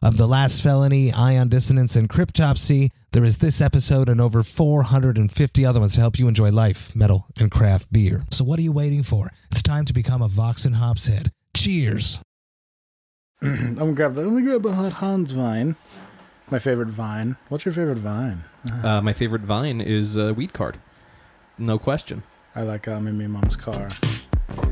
of The Last Felony, Ion Dissonance, and Cryptopsy. There is this episode and over 450 other ones to help you enjoy life, metal, and craft beer. So what are you waiting for? It's time to become a Vox and Hops head. Cheers! I'm gonna grab the. I'm gonna grab a hot Hans vine. My favorite vine. What's your favorite vine? Uh, my favorite vine is uh, weed card. No question. I like uh, Mimi Mom's car.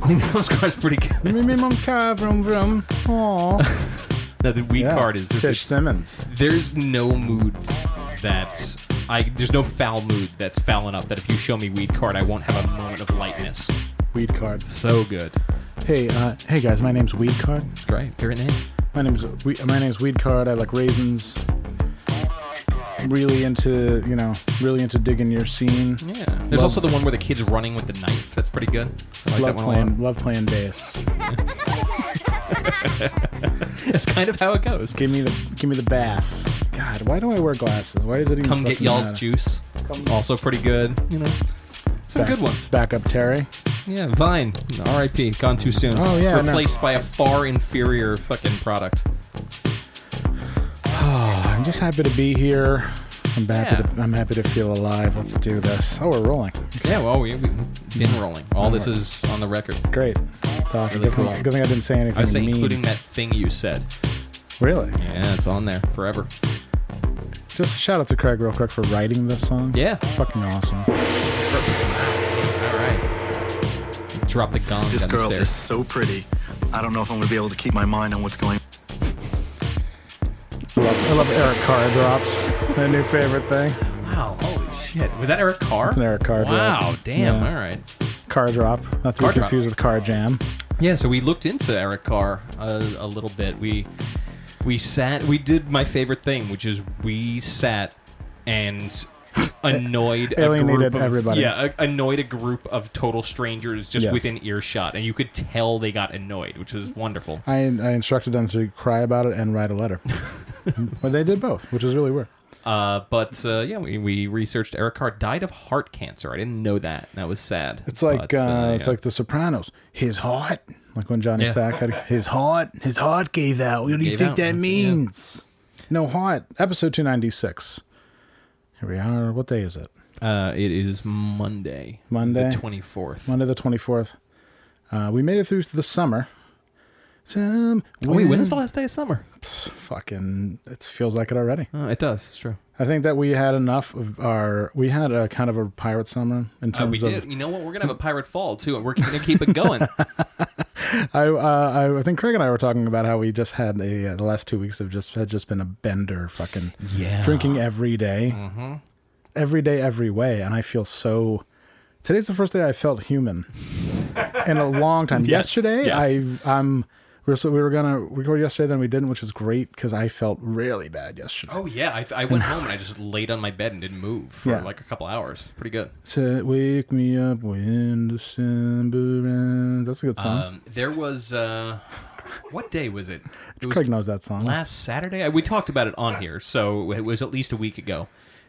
Those car's pretty good. Mimi Mom's car, vroom vroom. Aww. No, the weed card is just. Tish it's- Simmons. there's no mood that's. I, there's no foul mood that's foul enough that if you show me weed card, I won't have a moment of lightness. Weed card. So good. Hey, uh, hey guys, my name's Weed Card. It's great. Favorite name? My name's we, my name's Weed Card. I like raisins. Really into you know, really into digging your scene. Yeah. There's Love- also the one where the kid's running with the knife. That's pretty good. I like love that one a lot. playing, love playing bass. That's kind of how it goes. Give me the, give me the bass. God, why do I wear glasses? Why does it even Come get fucking y'all's matter? juice. Also pretty good. You know, some Back- good ones. Back up, Terry. Yeah, Vine. R.I.P. Gone too soon. Oh, yeah, I know. Replaced by a far inferior fucking product. I'm just happy to be here. I'm happy. Yeah. To, I'm happy to feel alive. Let's do this. Oh, we're rolling. Yeah, well, we, we've been rolling. All this is on the record. Great. Doc, Really good, cool. thing, good thing I didn't say anything I was saying, mean. including that thing you said. really. Yeah, it's on there forever. Just shout out to Craig real quick for writing this song. Yeah. Fucking awesome. All right. Drop the gong This down girl the is stairs. so pretty. I don't know if I'm gonna be able to keep my mind on what's going. I love, I love Eric Carr drops. My new favorite thing. Wow, holy shit. Was that Eric Carr? an Eric Carr drop. Wow, damn. Yeah. All right. Car drop. Not to Carr be drop. confused with Car Jam. Yeah, so we looked into Eric Carr a, a little bit. We we sat. We did my favorite thing, which is we sat and annoyed a Alienated group of, everybody. Yeah, a, annoyed a group of total strangers just Yes. within earshot, and you could tell they got annoyed, which was wonderful. I, I instructed them to cry about it and write a letter. but they did both, which is really weird. Uh, but uh, yeah, we, we researched Eric Carr died of heart cancer. I didn't know that. That was sad. It's like But, uh, yeah. it's like The Sopranos. His heart, like when Johnny Yeah. Sack had his heart. His heart gave out. What do you Gave think out. that That's- yeah. means? No heart. Episode two ninety six. Here we are. What day is it? uh, it is Monday, Monday? the twenty fourth. Monday the twenty fourth. Uh, we made it through the summer. Some Oh, Wait, when is the wind- last day of summer? Fucking, it feels like it already. Uh, it does. It's true. I think that we had enough of our. We had a kind of a pirate summer in Uh, terms we of. did. You know what? We're gonna have a pirate fall too, and we're gonna keep it going. I, uh, I I think Craig and I were talking about how we just had a uh, the last two weeks have just had just been a bender, fucking Yeah. Mm-hmm. drinking every day. every day, every way, and I feel so. Today's the first day I felt human in a long time. Yes, Yesterday, yes. I um, we were, so we were gonna record yesterday, then we didn't, which is great because I felt really bad yesterday. oh yeah, I, I went home and I just laid on my bed and didn't move for Yeah. like a couple hours. Pretty good. To wake me up when December ends. That's a good song. Um, there was uh, what day was it? It was Craig knows that song. last Saturday. I- We talked about it on here, so it was at least a week ago.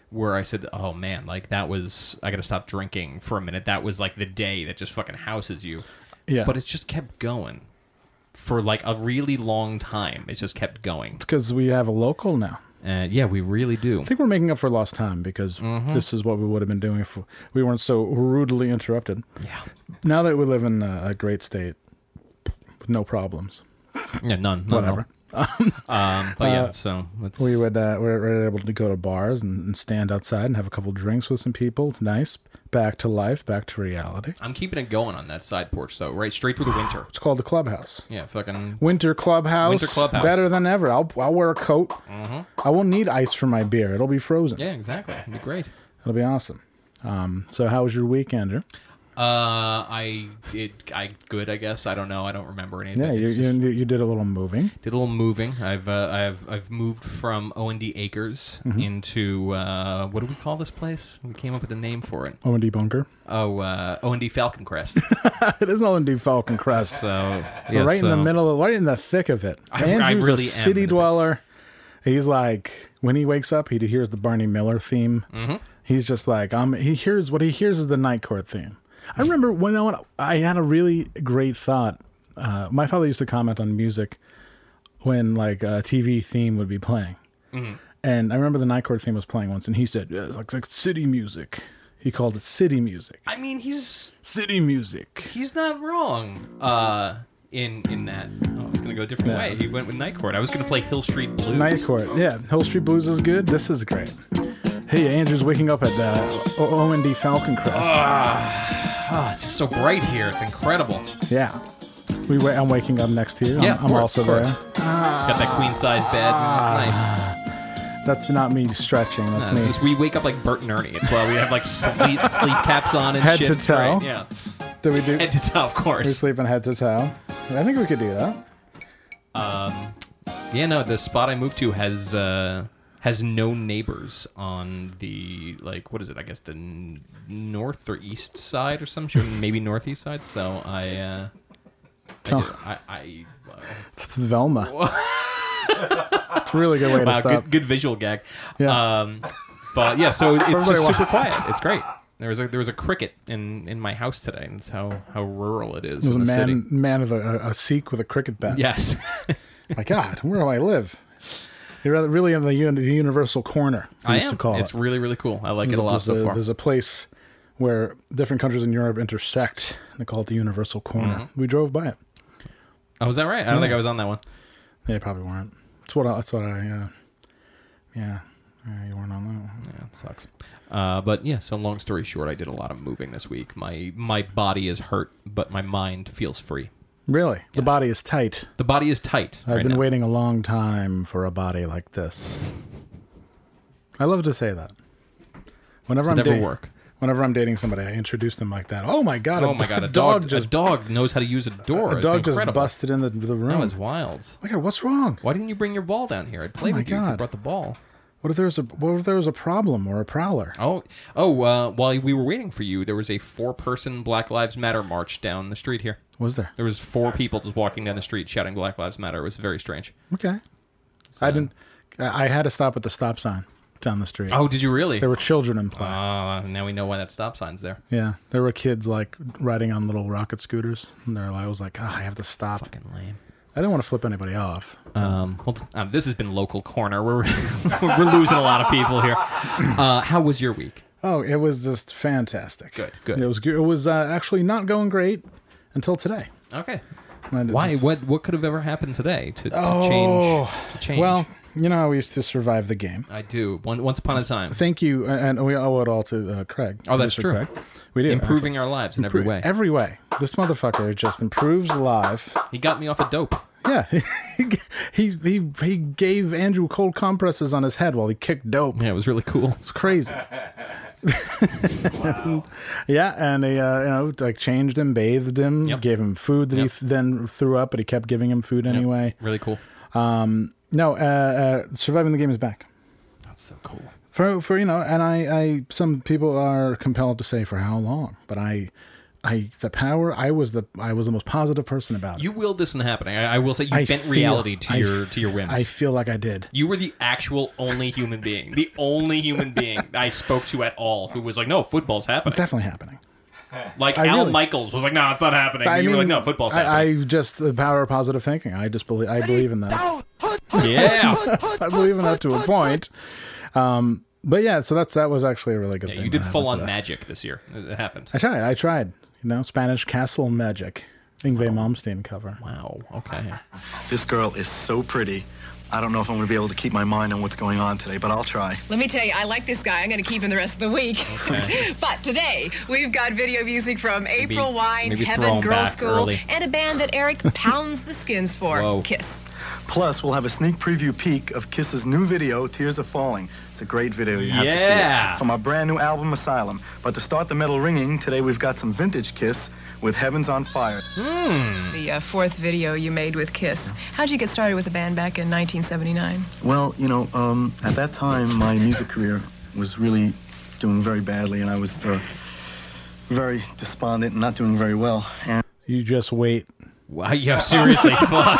Where I said, "Oh man, like that was I gotta stop drinking for a minute." That was like the day that just fucking houses you. Yeah. But it just kept going for like a really long time. It just kept going. because we have a local now. And yeah, we really do. I think we're making up for lost time because Mm-hmm. this is what we would have been doing if we weren't so rudely interrupted. Yeah. Now that we live in a, a great state with no problems, Yeah, none. none at whatever, Uh, all. Um, but yeah, so let's. we would uh, we're, we're able to go to bars and, and stand outside and have a couple drinks with some people. It's nice. Back to life. Back to reality. I'm keeping it going on that side porch though, right straight through the winter. It's called the clubhouse. Yeah, fucking. Winter clubhouse. Winter clubhouse. Mm-hmm. Better than ever. I'll I'll wear a coat. I won't need ice for my beer. It'll be frozen. Yeah, exactly. It'd be great. It'll be awesome. Um, so how was your weekend? Er? Uh, I did. I good. I guess. I don't know. I don't remember anything. Yeah, you, It's just- you, you did a little moving. did a little moving. I've uh, I've I've moved from O and D Acres Mm-hmm. into uh, what do we call this place? We came up with a name for it. O and D bunker. Oh, uh, O and D Falcon Crest. It is O and D Falcon Crest. So We're yeah, right in Uh, so- the middle, of, right in the thick of it. I- I Andrew's really a am in the city thick. dweller. He's like when he wakes up, he hears the Barney Miller theme. Mm-hmm. He's just like um, he hears what he hears is the Night Court theme. I remember when I, went- I had a really great thought. Uh, my father used to comment on music when like a TV theme would be playing, Mm-hmm. and I remember the Night Court theme was playing once, and he said, yeah, "It's like, like city music." He called it city music. I mean, he's City music. he's not wrong. Uh, in in that, oh, I was gonna go a different Yeah. way. He went with Night Court. I was gonna play Hill Street Blues. Night Court. Yeah, Hill Street Blues is good. This is great. Hey, Andrew's waking up at the O and D Falcon Crest. Ah, it's just so bright here. It's incredible. yeah, we. Wa- I'm waking up next to you. I'm, yeah, of I'm course, also of course. there. Ah. Got that queen size bed. It's nice. That's not me stretching. That's Uh, me. it's just we wake up like Bert and Ernie. It's why we have like sleep sleep caps on and Head shit. to It's toe. great, Yeah, do we do? head to toe, of we course. sleeping head to toe. I think we could do that. Yeah, no, the spot I moved to has uh, has no neighbors on the like what is it? I guess the n- north or east side or some shit, maybe northeast side. So I. Uh, I, did- I, I uh, It's Velma. it's a really good way to wow, stop. good, good visual gag. Yeah. Um, but yeah, so it's Everybody just wa- super quiet. It's great. There was a there was a cricket in, in my house today, and that's how, how rural it is. There's a in the man, city. man of a, a Sikh with a cricket bat. Yes. My God, where do I live? You're really in the, uni- the universal corner. we I used to am. call It's it. really, really cool. I like it a lot there's, so a, far. there's a place where different countries in Europe intersect. and They call it the Universal Corner. Mm-hmm. We drove by it. Oh, was that right? I don't think I was on that one. They probably weren't. That's what. I, that's what I. Uh, yeah. Yeah, you weren't on that. One. Yeah, it sucks. Uh, but yeah, so long story short, I did a lot of moving this week. My my body is hurt, but my mind feels free. Really, the Yes. body is tight. The body is tight. I've right been now. waiting a long time for a body like this. I love to say that. Whenever I'm Does it ever da- work? Whenever I'm dating somebody, I introduce them like that. Oh my god! Oh my god, a dog, just a dog knows how to use a door. a dog it's just incredible. busted in the, the room. Oh That was wild. my god, what's wrong? Why didn't you bring your ball down here? I'd play Oh my with you. If you God. brought the ball. What if there's a what if there was a problem or a prowler? Oh, oh. Uh, while we were waiting for you, there was a four-person Black Lives Matter march down the street here. Was there? There was four people just walking down the street shouting "Black Lives Matter." It was very strange. Okay. I didn't. I I had to stop at the stop sign down the street. Oh, did you really? There were children in play. Ah, now we know why that stop sign's there. yeah, there were kids like riding on little rocket scooters, and they're like, I was like, "Ah, I have to stop. Fucking lame. I didn't want to flip anybody off. Um, well, um, this has been local corner. We're we're losing a lot of people here. Uh, how was your week? Oh, it was just fantastic. Good, good. It was good. It was uh, actually not going great until today. Okay. And it Why? just- What? What could have ever happened today to, to Oh, change? To change. Well, you know how we used to survive the game. I do. One, once upon a time, Thank you, and we owe it all to uh, Craig. Oh, that's Mr. true. Craig. We did improving our lives in every way. Every way. This motherfucker just improves life. he got me off a dope. Yeah. he, he, he gave Andrew cold compresses on his head while he kicked dope. Yeah, it was really cool. It's crazy. yeah, and he, uh, you know, like changed him, bathed him, Yep. gave him food that he Yep. th- then threw up, but he kept giving him food anyway. Really cool. No, uh, uh, surviving the game is back. That's so cool. for for you know and I, I some people are compelled to say for how long but i i the power i was the i was the most positive person about it You willed this into happening. I, I will say you I bent feel- reality to I your f- to your whims. i feel like i did You were the actual only human being, the only human being I spoke to at all who was like, "No, football's happening." definitely happening like I Al really- Michaels was like, "No, it's not happening." I And you were like, mean, "No, football's I, happening." I just the power of positive thinking. I just believe. I believe in that. yeah, I believe in that to a point. Um, but yeah, so that's that was actually a really good yeah, thing. you that did happened full on today. magic this year. It it happened. uh, I tried. I tried. You know, Spanish castle magic. Ingve Malmsteen cover. Wow. Okay. This girl is so pretty. I don't know if I'm going to be able to keep my mind on what's going on today, but I'll try. Let me tell you, I like this guy. I'm going to keep him the rest of the week. Okay. but today, we've got video music from April Wine, maybe throw Heaven 'em Girl back School, early. and a band that Eric pounds the skins for Whoa. Kiss. Plus, we'll have a sneak preview peek of Kiss's new video, Tears Are Falling. It's a great video. You have to see Yeah. it. From our brand new album, Asylum. But to start the metal ringing, today we've got some vintage Kiss with Heavens on Fire. The uh, fourth video you made with Kiss. How'd you get started with the band back in 1979? Well, you know, um, at that time, my music career was really doing very badly, and I was uh, very despondent and not doing very well. And You just wait. Wow, yeah, seriously, fuck.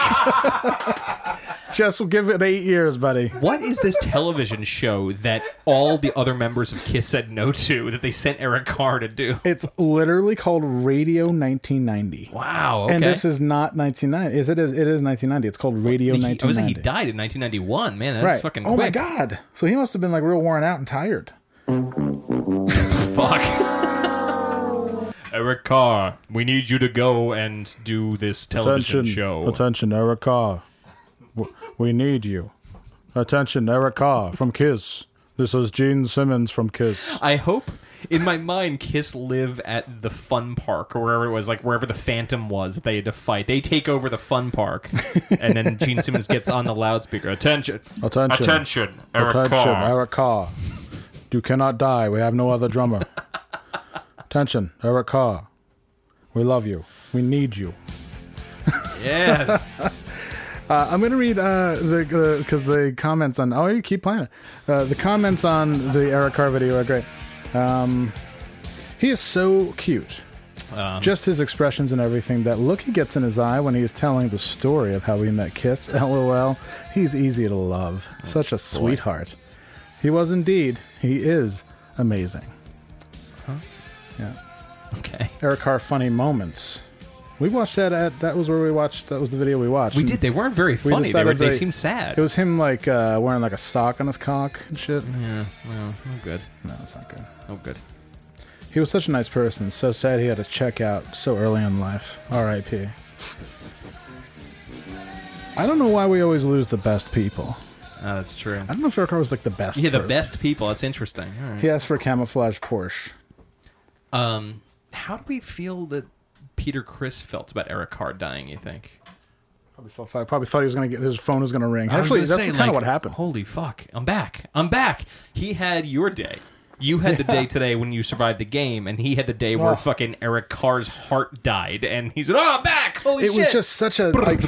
Just give it eight years, buddy. What is this television show that all the other members of Kiss said no to that they sent Eric Carr to do? It's literally called Radio 1990. Wow, okay. And this is not 1990. Is it? Is it is 1990? It's called Radio He- I was 1990. like, he died in 1991. Man, that's Right. fucking. oh my quick. god. So he must have been like real worn out and tired. Fuck. Eric Carr, we need you to go and do this television show. Attention, Eric Carr. W- We need you. Attention, Eric Carr from Kiss. This is Gene Simmons from Kiss. I hope in my mind Kiss live at the fun park or wherever it was, like wherever the Phantom was that they had to fight. They take over the fun park, and then Gene Simmons gets on the loudspeaker. Attention, Attention. attention, Eric Attention, Carr. Eric Carr. You cannot die. We have no other drummer. Attention, Eric Carr. We love you. We need you. Yes, Uh, I'm gonna read uh, the because the comments on oh you keep playing it. Uh, the comments on the Eric Carr video are great. Um, he is so cute. Um, Just his expressions and everything. That look he gets in his eye when he is telling the story of how we met Kiss. LOL. He's easy to love. Such a sweetheart. He was indeed. He is amazing. okay. Eric Carr funny moments. We watched that at that was where we watched that was the video we watched. We And- did. They weren't very we funny. They, were, decided they they- seemed sad. It was him like uh, wearing like a sock on his cock and shit. oh, oh, good. No, it's not good. Oh, good. He was such a nice person. So sad he had to check out so early in life. R.I.P. I don't know why we always lose the best people. Oh, that's true. I don't know if Eric Carr was like the best. Yeah, the person. best people. That's interesting. All right. He asked for a camouflage Porsche. Um, how do we feel that Peter Chris felt about Eric Carr dying? You think? Probably thought, I probably thought he was gonna get his phone was gonna ring. I was Actually, gonna that's say, kind like, of what happened. Holy fuck! I'm back. I'm back. He had your day. You had the day today when you survived the game, and he had the day where Oh. fucking Eric Carr's heart died, and he said, "Oh, I'm back! Holy it shit!" was just such a like,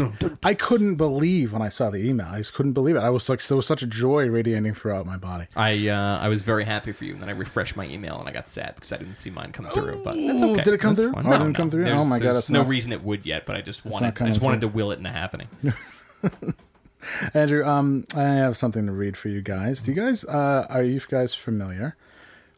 I couldn't believe when I saw the email. I just couldn't believe it. I was like, there was such a joy radiating throughout my body. I uh, I was very happy for you, and then I refreshed my email, and I got sad because I didn't see mine come through. But that's Ooh, okay. did it come That's through? fine. Oh, it didn't come through? There's- Oh my God, there's that's no not- reason it would yet, but I just not wanted I coming just wanted to through. will it into happening. Andrew, um, I have something to read for you guys. Do you Mm-hmm. guys uh, are you guys familiar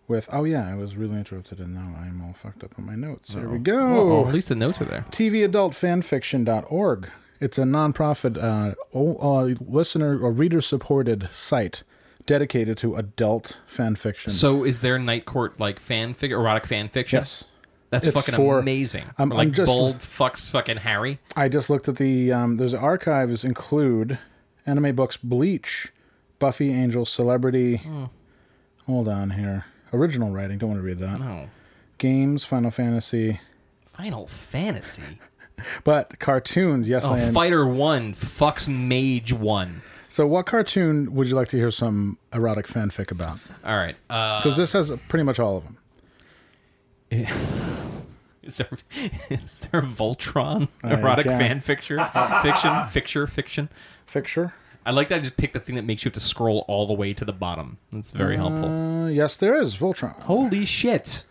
with? Oh yeah, I was really interrupted, and now I'm all fucked up on my notes. Here we Oh, at go. least the notes are there. TVAdultFanfiction.org. It's a nonprofit, uh, o- uh, listener or reader-supported site dedicated to adult fan fiction. So is there Night Court like fan fic erotic fan fiction? Yes. That's It's fucking for- amazing. I'm- like I'm just- bold fucks fucking Harry. I just looked at the um, those archives include anime books Bleach, Buffy, Angel, Celebrity. Hmm. Hold on here. Original writing. Don't want to read that. Oh. Games, Final Fantasy, Final Fantasy. but cartoons. Yes, Oh, I am. Fighter One fucks Mage One. So, what cartoon would you like to hear some erotic fanfic about? All right. Uh, Because this has pretty much all of them. is there is there a Voltron I erotic can't. fan fiction fiction fiction fiction? Picture. I like that. I just picked the thing that makes you have to scroll all the way to the bottom. That's very helpful. Uh, yes, there is Voltron. Holy shit!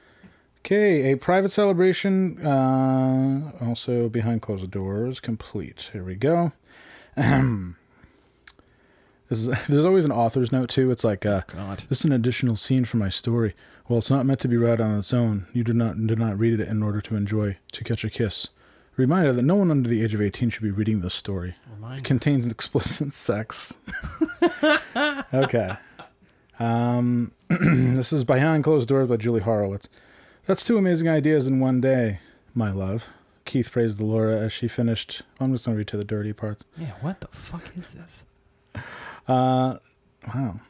Okay, a private celebration, uh, also behind closed doors, complete. Here we go. this is, there's always an author's note too. It's like, uh, God. this is an additional scene for my story. Well, it's not meant to be read on its own. You do not do not read it in order to enjoy To Catch a Kiss. Reminder that no one under the age of 18 should be reading this story. It contains explicit sex. okay. Um, this is Behind Closed Doors by Julie Horowitz. That's two amazing ideas in one day, my love. Keith praised Laura as she finished. I'm just gonna read to the dirty parts. Yeah, what the fuck is this? Uh, Wow.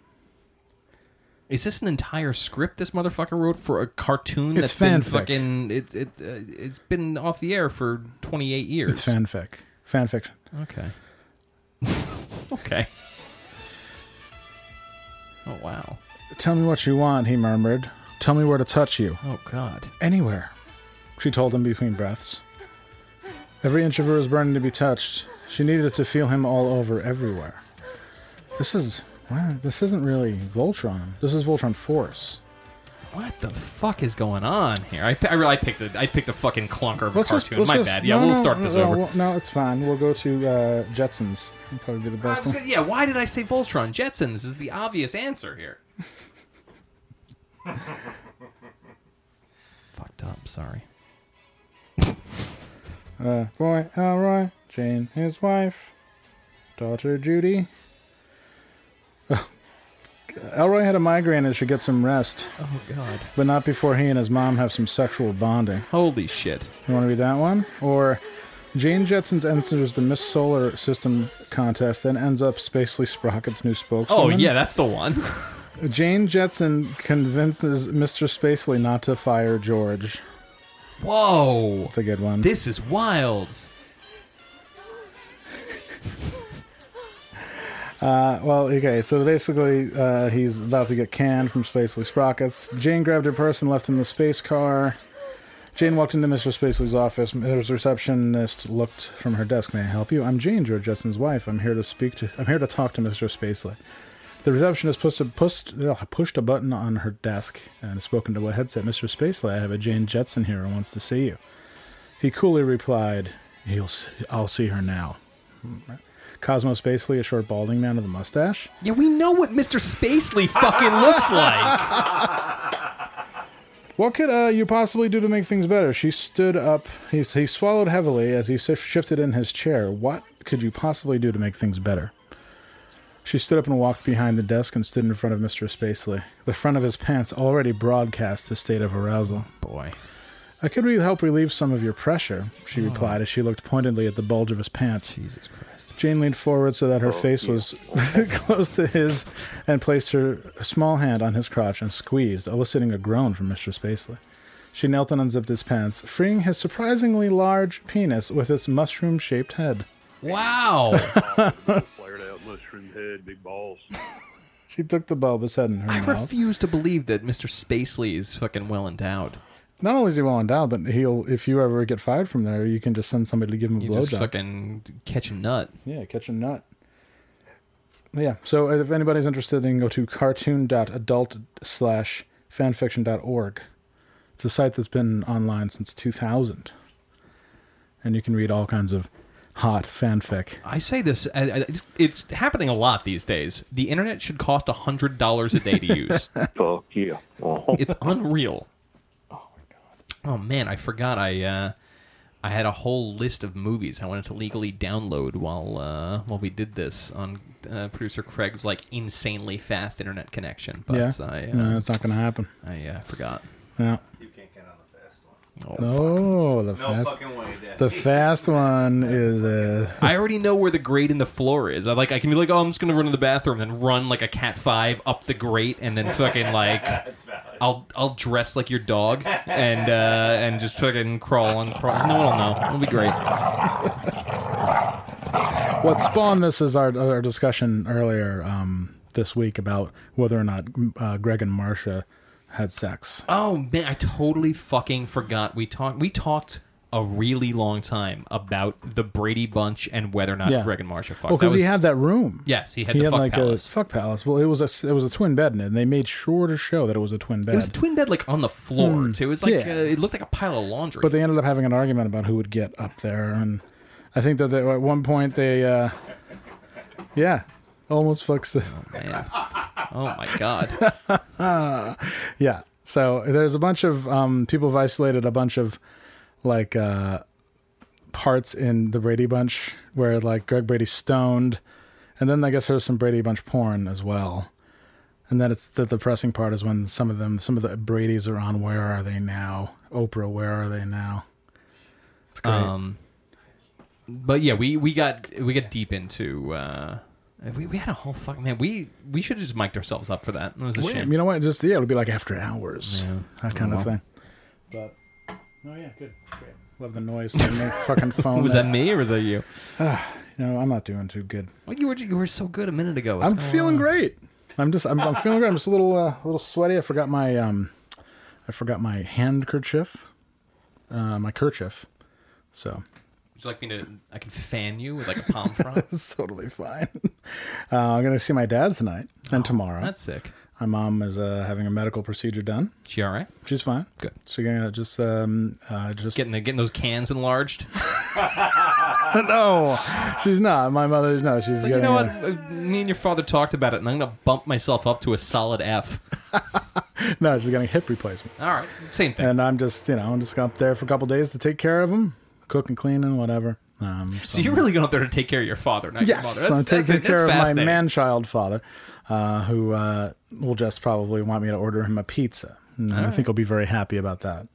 Is this an entire script this motherfucker wrote for a cartoon It's that's been fanfic. fucking it it uh, it's been off the air for twenty eight years? It's fanfic. Fan fiction. okay. Okay. Oh wow. Tell me what you want, he murmured. Tell me where to touch you. Oh god. Anywhere, she told him between breaths. Every inch of her was burning to be touched. She needed to feel him all over, everywhere. This is. Wow, this isn't really Voltron. This is Voltron Force. What the fuck is going on here? I, I really I picked a I picked a fucking clunker of a Let's just- cartoon. let's My just- bad. Yeah, no, we'll no, start this no, over. we'll- No, it's fine. We'll go to uh, Jetsons. That'd probably be the I best was one. gonna- yeah, why did I say Voltron? Jetsons is the obvious answer here. Fucked up. Sorry. Uh, boy Elroy, Jane, his wife, daughter Judy. Elroy had a migraine and should get some rest, Oh god. but not before he and his mom have some sexual bonding. Holy shit. You want to read that one? Or Jane Jetsons enters the Miss Solar System contest, then ends up Spacely Sprocket's new Oh spokeswoman. yeah, that's the one. Jane Jetson convinces Mr. Spacely not to fire George. Whoa. That's a good one. This is wild. Well, okay, so basically, uh, he's about to get canned from Spacely Sprockets. Jane grabbed her purse and left in the space car. Jane walked into Mr. Spacely's office. His receptionist looked from her desk. "May I help you? I'm Jane, George Jetson's wife. I'm here to speak to. I'm here to talk to Mr. Spacely." The receptionist pushed a, pushed, ugh, pushed a button on her desk and spoke into a headset. "Mr. Spacely, I have a Jane Jetson here who wants to see you." He coolly replied, "He'll. s- I'll see her now." Cosmo Spacely, a short balding man with a mustache. Yeah, we know what Mr. Spacely fucking looks like. What could uh, you possibly do to make things better? She stood up. He, he swallowed heavily as he shif- shifted in his chair. What could you possibly do to make things better? She stood up and walked behind the desk and stood in front of Mr. Spacely. The front of his pants already broadcast a state of arousal. Boy. I could re- help relieve some of your pressure, she replied as she looked pointedly at the bulge of his pants. Oh. Jesus Christ. Jane leaned forward so that her face was close to his and placed her small hand on his crotch and squeezed, eliciting a groan from Mr. Spacely. She knelt and unzipped his pants, freeing his surprisingly large penis with its mushroom shaped head. Wow. flared out mushroom head, big balls. She took the bulbous head in her I mouth. refuse to believe that Mr. Spacely is fucking well endowed. Not only is he well endowed, but he'll if you ever get fired from there, you can just send somebody to give him a You just blowjob. fucking catch a nut. Yeah, catch a nut. Yeah, so if anybody's interested, they can go to cartoon.adult slash fanfiction.org. It's a site that's been online since 2000. And you can read all kinds of hot fanfic. I say this, I- I- it's- it's happening a lot these days. The internet should cost $100 a day to use. Fuck yeah. Uh-huh. it's unreal. Oh my god. Oh man, I forgot I uh, I had a whole list of movies I wanted to legally download while uh, while we did this on uh, producer Craig's like insanely fast internet connection. But yeah, I uh, no, it's not going to happen. I uh, forgot. Yeah. You can't count on the fast one. Oh, Oh, the No fast, fucking way, Dad. the fast one is uh, I already know where the grate in the floor is. I like I can be like, oh, I'm just gonna run to the bathroom, then run like a cat five up the grate, and then fucking like That's valid. I'll I'll dress like your dog and uh, and just fucking crawl and crawl. No one will know. It'll be great. what spawned this is our our discussion earlier um, this week about whether or not uh, Greg and Marcia had sex. Oh man, I totally fucking forgot. We talked. We talked a really long time about the Brady Bunch and whether or not Yeah. Greg and Marsha fucked. Well, because That he was- had that room. Yes, he had he the had fuck like palace. a fuck palace. Well, it was a it was a twin bed, and they made sure to show that it was a twin bed. It was a twin bed like on the floor. too. It was like Hmm. Yeah. uh, it looked like a pile of laundry. but they ended up having an argument about who would get up there, and I think that they, at one point they, uh, yeah, almost fucks the Man. Oh my god. yeah. So there's a bunch of um, people have isolated a bunch of like uh, parts in the Brady Bunch where like Greg Brady stoned, and then I guess there's some Brady Bunch porn as well. And then it's the depressing part is when some of them, some of the Brady's are on Where Are They Now? Oprah, Where Are They Now? It's great. Um, but yeah, we, we got we got deep into uh, we, we had a whole fucking man. We we should have just mic'd ourselves up for that. It was a Wait, shame. you know what? Just yeah, it'll be like after hours, that kind Oh, of well. thing. But oh yeah, good. Great. Love the noise. on my fucking phone. Was that me or was that you? No, I'm not doing too good. Well, you were you were so good a minute ago. I'm feeling great. I'm just I'm, I'm feeling great. I'm just a little uh, a little sweaty. I forgot my um, I forgot my handkerchief, uh, my kerchief. So Would you like me to? I can fan you with like a palm front. it's totally fine. Uh, I'm gonna see my dad tonight and tomorrow. Oh, That's sick. My mom is uh, having a medical procedure done. She all right? She's fine. Good. So you're gonna just um uh, just Getting the, getting those cans enlarged. no, she's not. My mother's no. She's you getting know what? a- Uh, Me and your father talked about it, and I'm gonna bump myself up to a solid F. uh, no. She's getting a hip replacement. All right, same thing. And I'm just you know I'm just up there for a couple days to take care of him, cook and clean and whatever. Um, so you're really going up there to take care of your father, not your Yes, mother. I'm That's- that's- taking that's care of my fascinating. man-child father, uh, who uh, will just probably want me to order him a pizza. And I think he'll be very happy about that.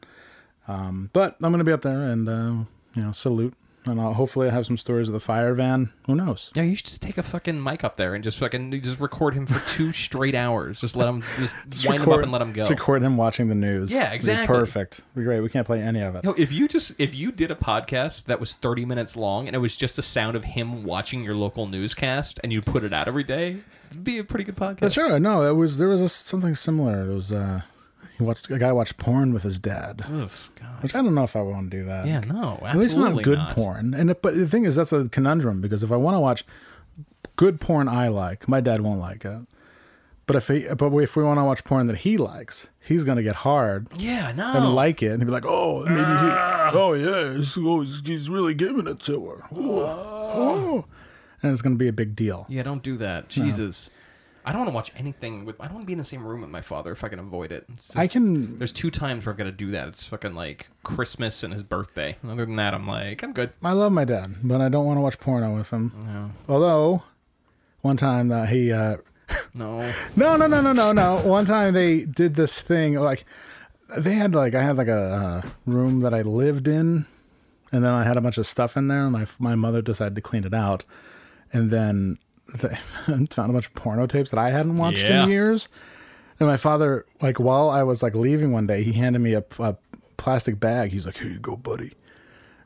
Um, but I'm going to be up there and uh, you know salute, and I'll, hopefully I have some stories of the fire van. Who knows? Yeah, you should just take a fucking mic up there and just fucking just record him for two straight hours. Just let him just, Just wind him up and let him go. Just record him watching the news. Yeah, It'd be exactly. perfect. It'd be great. We can't play any of it. No, if you just if you did a podcast that was 30 minutes long and it was just the sound of him watching your local newscast and you put it out every day, it'd be a pretty good podcast. That's right. No, it was there was a, something similar. It was uh, he watched a guy watched porn with his dad, Ugh, God. which I don't know if I want to do that. Yeah, no, absolutely At least not good not. porn. And it, but the thing is, that's a conundrum because if I want to watch good porn, I like my dad won't like it. But if he, but if we want to watch porn that he likes, he's gonna get hard Yeah, no. and like it, and he'd be like, "Oh, maybe Ah. he, oh yeah, he's, oh, he's, he's really giving it to her." Ooh, Ah. oh. And it's gonna be a big deal. Yeah, don't do that. Jesus. I don't want to watch anything with. I don't want to be in the same room with my father if I can avoid it. It's just- I can- There's two times where I've got to do that. It's fucking like Christmas and his birthday. Other than that, I'm like, I'm good. I love my dad, but I don't want to watch porno with him. Although, one time uh, he uh, No. No, no, no, no, no, no. One time they did this thing like they had like I had like a uh, room that I lived in, and then I had a bunch of stuff in there, and my my mother decided to clean it out, and then they found a bunch of porno tapes that I hadn't watched Yeah. in years, and my father like while I was like leaving one day, he handed me a, a plastic bag. He's like, "Here you go, buddy."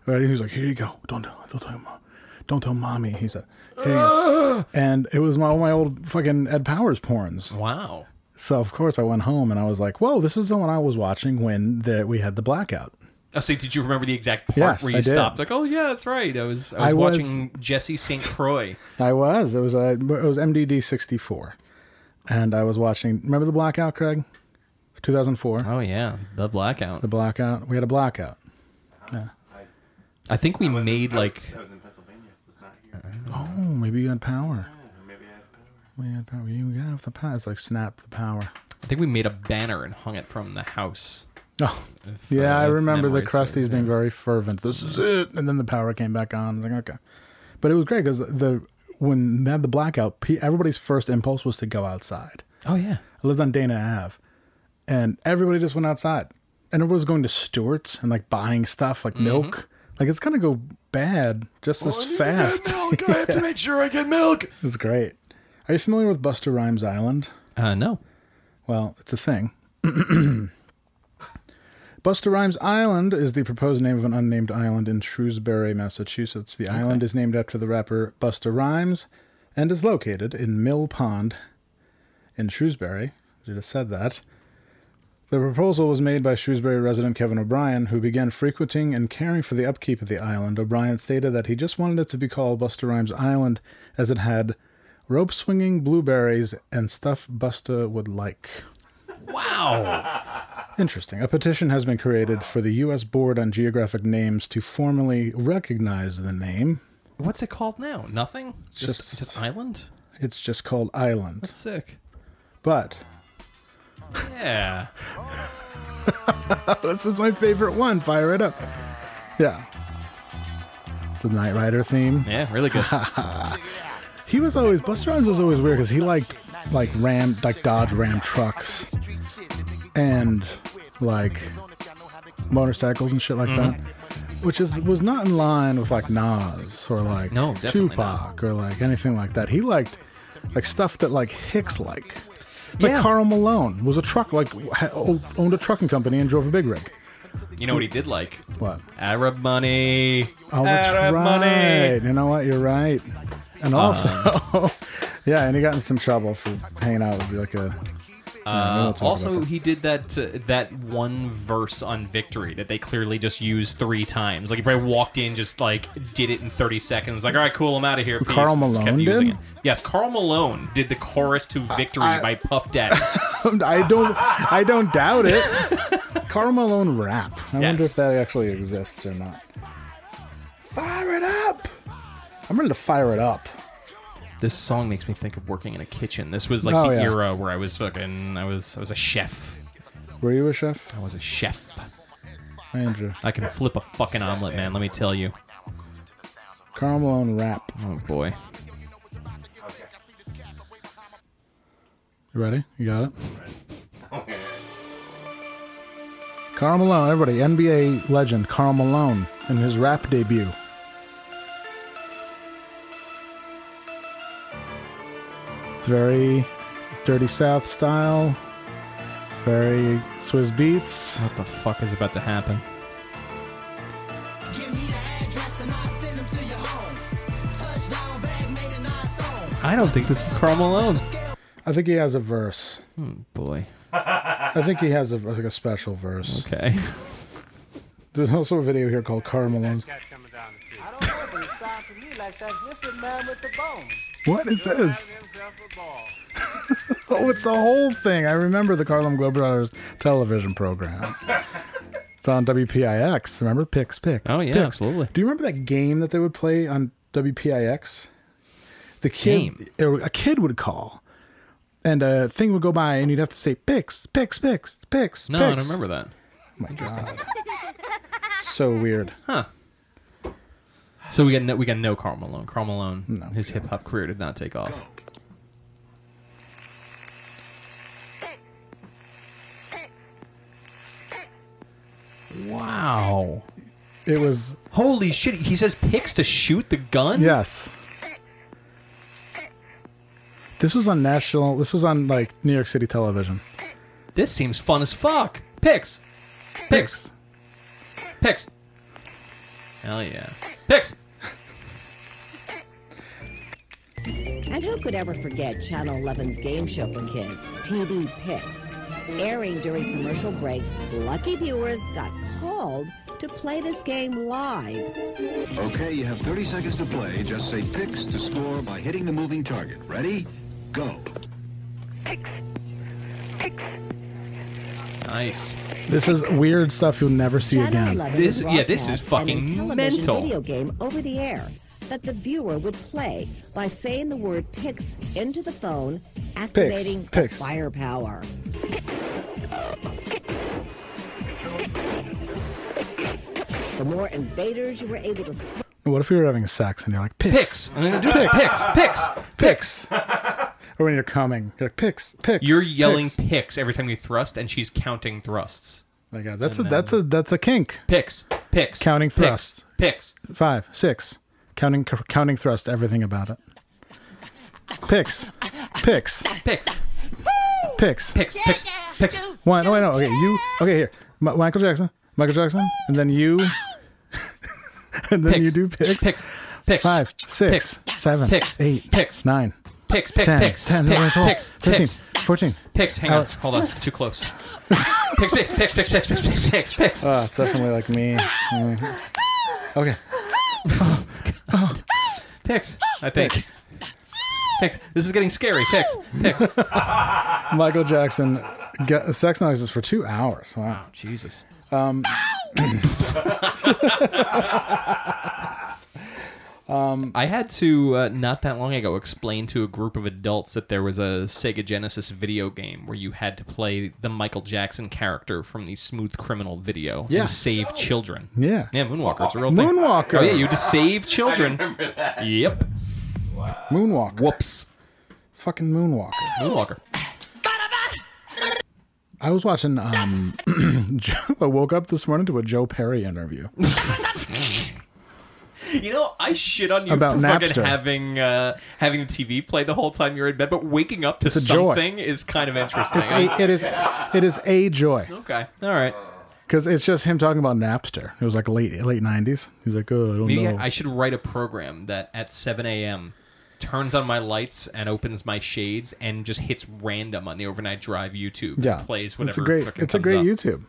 Right? He was like, "Here you go. Don't tell, don't tell mom. Don't tell mommy." He said, "Here you go." And it was my all my old fucking Ed Powers porns. Wow. So of course I went home and I was like, "Whoa, this is the one I was watching when the, we had the blackout." Oh, so did you remember the exact part Yes, where I you did. stopped? Like, oh yeah, that's right. I was I was I was- watching Jesse St. Croix. I was. It was a, it was MDD sixty four, and I was watching. Remember the blackout, Craig? Two thousand four. Oh yeah, the blackout. The blackout. We had a blackout. I think we made I was- like I was in Pennsylvania. It was not here. Oh, maybe you had power. Yeah, maybe I had power. We had power. You have the power. It's like snap the power. I think we made a banner and hung it from the house. Oh, If, yeah. uh, I if remember the memory serves Krusties me. being very fervent. This is it, and then the power came back on. I was like, okay, but it was great because the when they had the blackout, pe- everybody's first impulse was to go outside. Oh yeah. I lived on Dana Ave, and everybody just went outside, and everybody was going to Stewart's and like buying stuff like milk. Like it's gonna go bad just as fast. I have to make sure I get milk. it's great. Are you familiar with Buster Rhymes Island? Uh, no. Well, it's a thing. Buster Rhymes Island is the proposed name of an unnamed island in Shrewsbury, Massachusetts. The island is named after the rapper Buster Rhymes and is located in Mill Pond in Shrewsbury. I just said that. The proposal was made by Shrewsbury resident Kevin O'Brien, who began frequenting and caring for the upkeep of the island. O'Brien stated that he just wanted it to be called Buster Rhymes Island, as it had rope swinging blueberries and stuff Buster would like. Wow. Interesting. A petition has been created for the U.S. Board on Geographic Names to formally recognize the name. What's it called now? Nothing. Just, Just- just, island. It's just called Island. That's sick. But Yeah. this is my favorite one. Fire it up. Yeah. It's a Knight Rider theme. Yeah. Really good. He was always Buster Rhymes was always weird because he liked like Ram like Dodge Ram trucks and like motorcycles and shit like Mm-hmm. that. Which is was not in line with like Nas or like No, definitely Tupac or like anything like that. He liked like stuff that like Hicks like. Like Yeah. Carl Malone was a truck like ha- owned a trucking company and drove a big rig. You know what he did like? What? Arab money. Oh, that's Arab right. money. You know what? You're right. And Uh. also, yeah, and he got in some trouble for hanging out with like a. Yeah, we'll Uh, talk also, about that. he did that uh, that one verse on victory that they clearly just used three times. Like he probably walked in, just like did it in thirty seconds. Like, all right, cool, I'm out of here. Peace. Karl and just Malone using did? it. Yes, Carl Malone did the chorus to "Victory" I- by Puff Daddy. I don't. I don't doubt it. Carl Malone rap. I wonder Yes. if that actually exists or not. Fire it up. I'm ready to fire it up. this song makes me think of working in a kitchen. This was like Oh, the yeah. era where I was fucking. I was I was a chef. Were you a chef, I was a chef. Andrew? I can flip a fucking omelet, man. Let me tell you. Carl Malone rap. Oh boy. You ready? You got it. Carl Malone, everybody, NBA legend Carl Malone in his rap debut. It's very Dirty South style, very Swiss beats. What the fuck is about to happen? I don't think this is Carl Malone. I think he has a verse. Boy. I think he has a, like a special verse. Okay. There's also a video here called Carl Malone's. I don't know, but it sounds to me like that whipping man with the bone. What is this? Give himself a ball. Oh, it's the whole thing. I remember the Harlem Globetrotters television program. it's on WPIX. Remember Pix Pix? Oh, yeah, Pix. absolutely. Do you remember that game that they would play on WPIX? The kid, Game? or a kid would call, and a thing would go by, and you'd have to say Pix, Pix, Pix, Pix. No, Pix. I don't remember that. Oh my god, so weird. So we got no, we got no Carl Malone. Carl Malone, his hip hop career did not take off. Wow. It was Holy shit, he says picks to shoot the gun? yes. This was on national. This was on like New York City television. This seems fun as fuck. Picks. Picks. Picks. Hell yeah. Picks. And who could ever forget Channel 11's game show for kids, TV Picks? Airing during commercial breaks, lucky viewers got called to play this game live. Okay, you have 30 seconds to play. Just say picks to score by hitting the moving target. Ready? Go. Nice. This is weird stuff you'll never see Channel again. 11 This- would yeah, this broadcast is fucking an television mental. video game over the air that the viewer would play by saying the word Picks into the phone, activating the Picks. firepower. The more invaders you were able to What if you were having sex and you're like Picks. picks, I'm gonna do picks. Picks. Picks. picks, or when you're coming, you're like picks, picks. You're yelling picks." picks. every time you thrust, and she's counting thrusts. My God, that's a that's a that's a kink. Picks. Picks. Counting picks, thrusts. Picks. Five, six, counting c- counting thrust. Everything about it. Picks, picks, Picks. picks. Picks. Picks. Picks. One. Oh wait, no. Okay, you. Okay, here. M- Michael Jackson. Michael Jackson, and then you, and then Picks. you do picks. Picks. Picks. Five, six, Picks. seven, Picks. eight, Picks. nine, Picks. Picks. 10, Picks. 10, picks. 11, 12, Picks. 13, Picks. 14. Picks. Hang on. Hold on. it's Too close. Picks. Picks. Picks. Picks. Picks. Picks. Picks. Picks. Picks. Oh, it's definitely like me. Mm. Okay. Picks. I think. Picks. This is getting scary. Picks. Picks. Oh, Michael Jackson get, sex noises for two hours. Wow. Jesus. Um, I had to uh, not that long ago explain to a group of adults that there was a Sega Genesis video game where you had to play the Michael Jackson character from the Smooth Criminal video Yeah, Yes. save children. Yeah. Yeah, Moonwalker. It's a real thing. Moonwalker. Oh yeah, you just save children. Yep. Moonwalker. Whoops. Fucking Moonwalker. Moonwalker. I was watching. Um, Joe- I woke up this morning to a Joe Perry interview. You know, I shit on you About for fucking Napster. having uh, having the TV play the whole time you're in bed, but waking up to a joy. something is kind of interesting. It's a, it is. It is a joy. Oh, okay, all right. Because it's just him talking about Napster. It was like late late nineties. He's like, oh, I don't Maybe know. I should write a program that at 7 a.m. turns on my lights and opens my shades and just hits random on the overnight drive YouTube. and yeah, plays whatever. It's a great. fucking It's a comes great up. YouTube.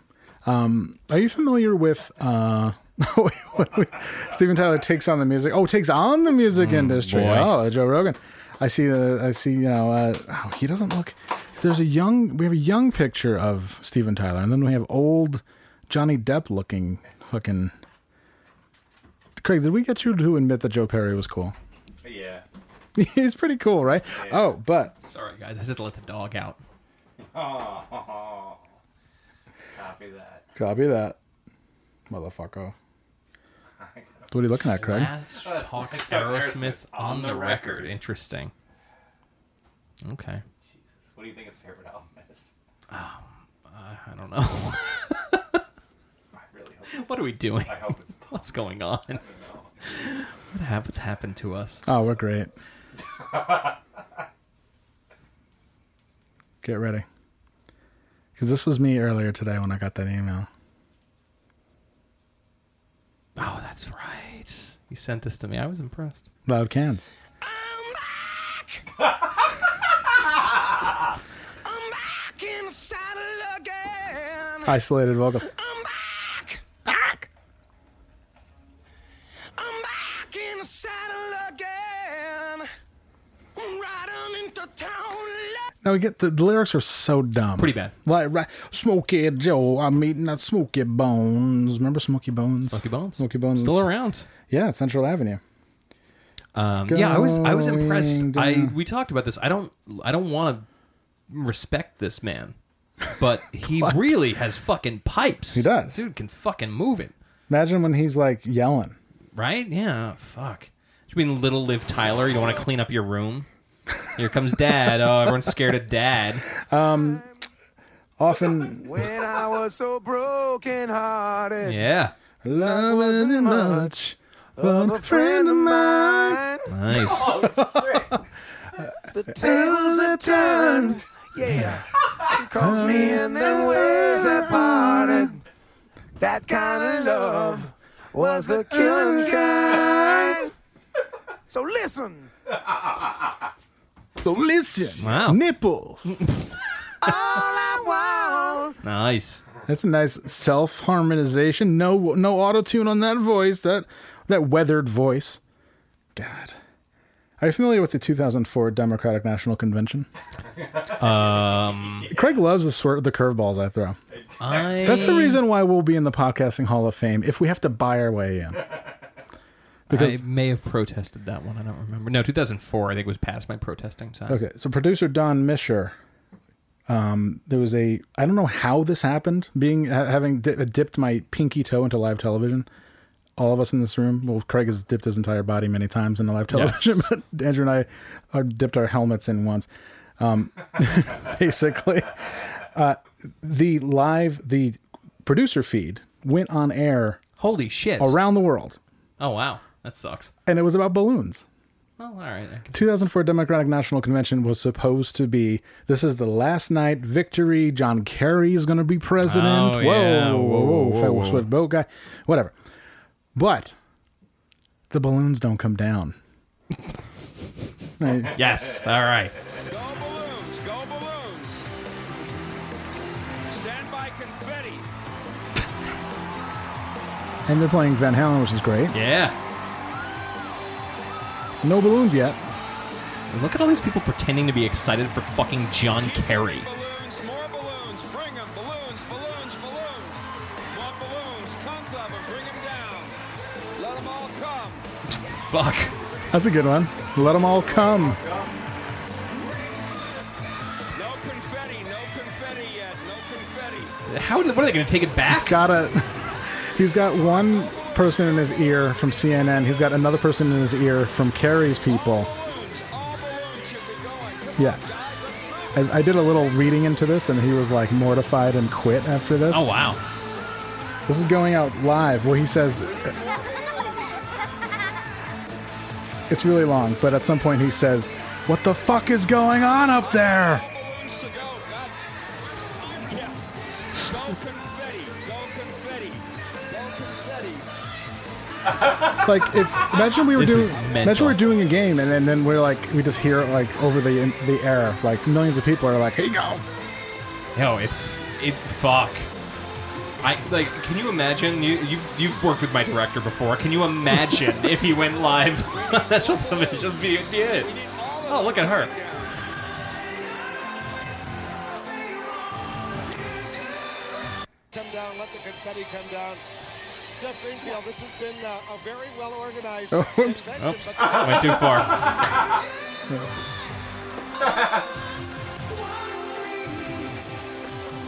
Um, are you familiar with? Uh, wait, what do we- Steven Tyler takes on the music. Oh, takes on the music industry. Mm, boy. Oh, Joe Rogan. I see. Uh, I see. You know. Uh, oh, he doesn't look. There's a young. We have a young picture of Steven Tyler, and then we have old Johnny Depp looking fucking. Craig, did we get you to admit that Joe Perry was cool? Yeah. He's pretty cool, right? Oh, but Sorry, guys. I just had to let the dog out. Copy that. copy that, motherfucker. What are you looking at, Craig? Slash talks Aerosmith on the record. Interesting. Okay. What do you think his favorite album is? I I don't know. what are we doing? I hope it's What's going on? What hap- what's happened to us? Oh, we're great. Get ready. Because this was me earlier today when I got that email. Oh, that's right. You sent this to me. I was impressed. Loud cans. Isolated vocal. I'm back in the saddle again. Riding into town. Now we get the, the lyrics are so dumb. Pretty bad. Like right, Smokey Joe, I'm eating that Smokey Bones. Remember Smoky Bones? Smoky Bones. Smoky Bones. Still around. Yeah, Central Avenue. Um, yeah, I was I was impressed. Going I down. we talked about this. I don't I don't want to respect this man, but he really has fucking pipes. He does. Dude can fucking move it. Imagine when he's like yelling. Right? Yeah. Fuck. You mean little Liv Tyler? You don't want to clean up your room? Here comes Dad. Oh, everyone's scared of Dad. Um, often. When I was so broken hearted. Yeah. Love wasn't much of a friend of mine. Nice. The tables are turned. Yeah. And calls me in them ways that parted. That kind of love was the killing kind. So listen. So listen. Wow. Nipples. Nice. That's a nice self harmonization. No, no auto tune on that voice. That that weathered voice. God, are you familiar with the 2004 Democratic National Convention? Um, Craig loves the swer- the curveballs I throw. I, That's the reason why we'll be in the podcasting Hall of Fame if we have to buy our way in. Because I may have protested that one. I don't remember. No, 2004. I think was past my protesting time. Okay, so producer Don Misher, um, there was a I don't know how this happened. Being ha- having di- dipped my pinky toe into live television, all of us in this room. Well, Craig has dipped his entire body many times into live television, but Andrew and I uh, dipped our helmets in once. Um, basically, uh, the live the producer feed went on air Holy shit. around the world, Oh wow, that sucks. and it was about balloons. Well, all right. I can- 2004 Democratic National Convention was supposed to be this is the last night victory. John Kerry is going to be president. whoa, Oh, yeah. whoa, whoa, Whoa, whoa, Fat whoa. Swift boat guy, whatever. But the balloons don't come down. Right. Yes. All right. Stand by confetti. And they're playing Van Halen, which is great. Yeah. No balloons yet. And look at all these people pretending to be excited for fucking John Kerry. Fuck. That's a good one. Let them all come. How? What are they going to take it He's back? got a. He's got one person in his ear from CNN. He's got another person in his ear from Kerry's people. Yeah. I, I did a little reading into this, and he was like mortified and quit after this. Oh wow. This is going out live where he says. It's really long, but at some point he says, What the fuck is going on up there? Like if imagine we were This is doing imagine mental. we're doing a game and then, then we're like we just hear it like over the the air like millions of people are like hey go Oh, No, it, it, fuck. I like. Can you imagine? You you you've worked with my director before. Can you imagine if he went live on national television? It'd Be, it'd be it. Oh, look at her. Come down, let the confetti come down. Jeff Greenfield, this has been uh, a very well organized. Oh, oops. invention, Oops. but- Went too far.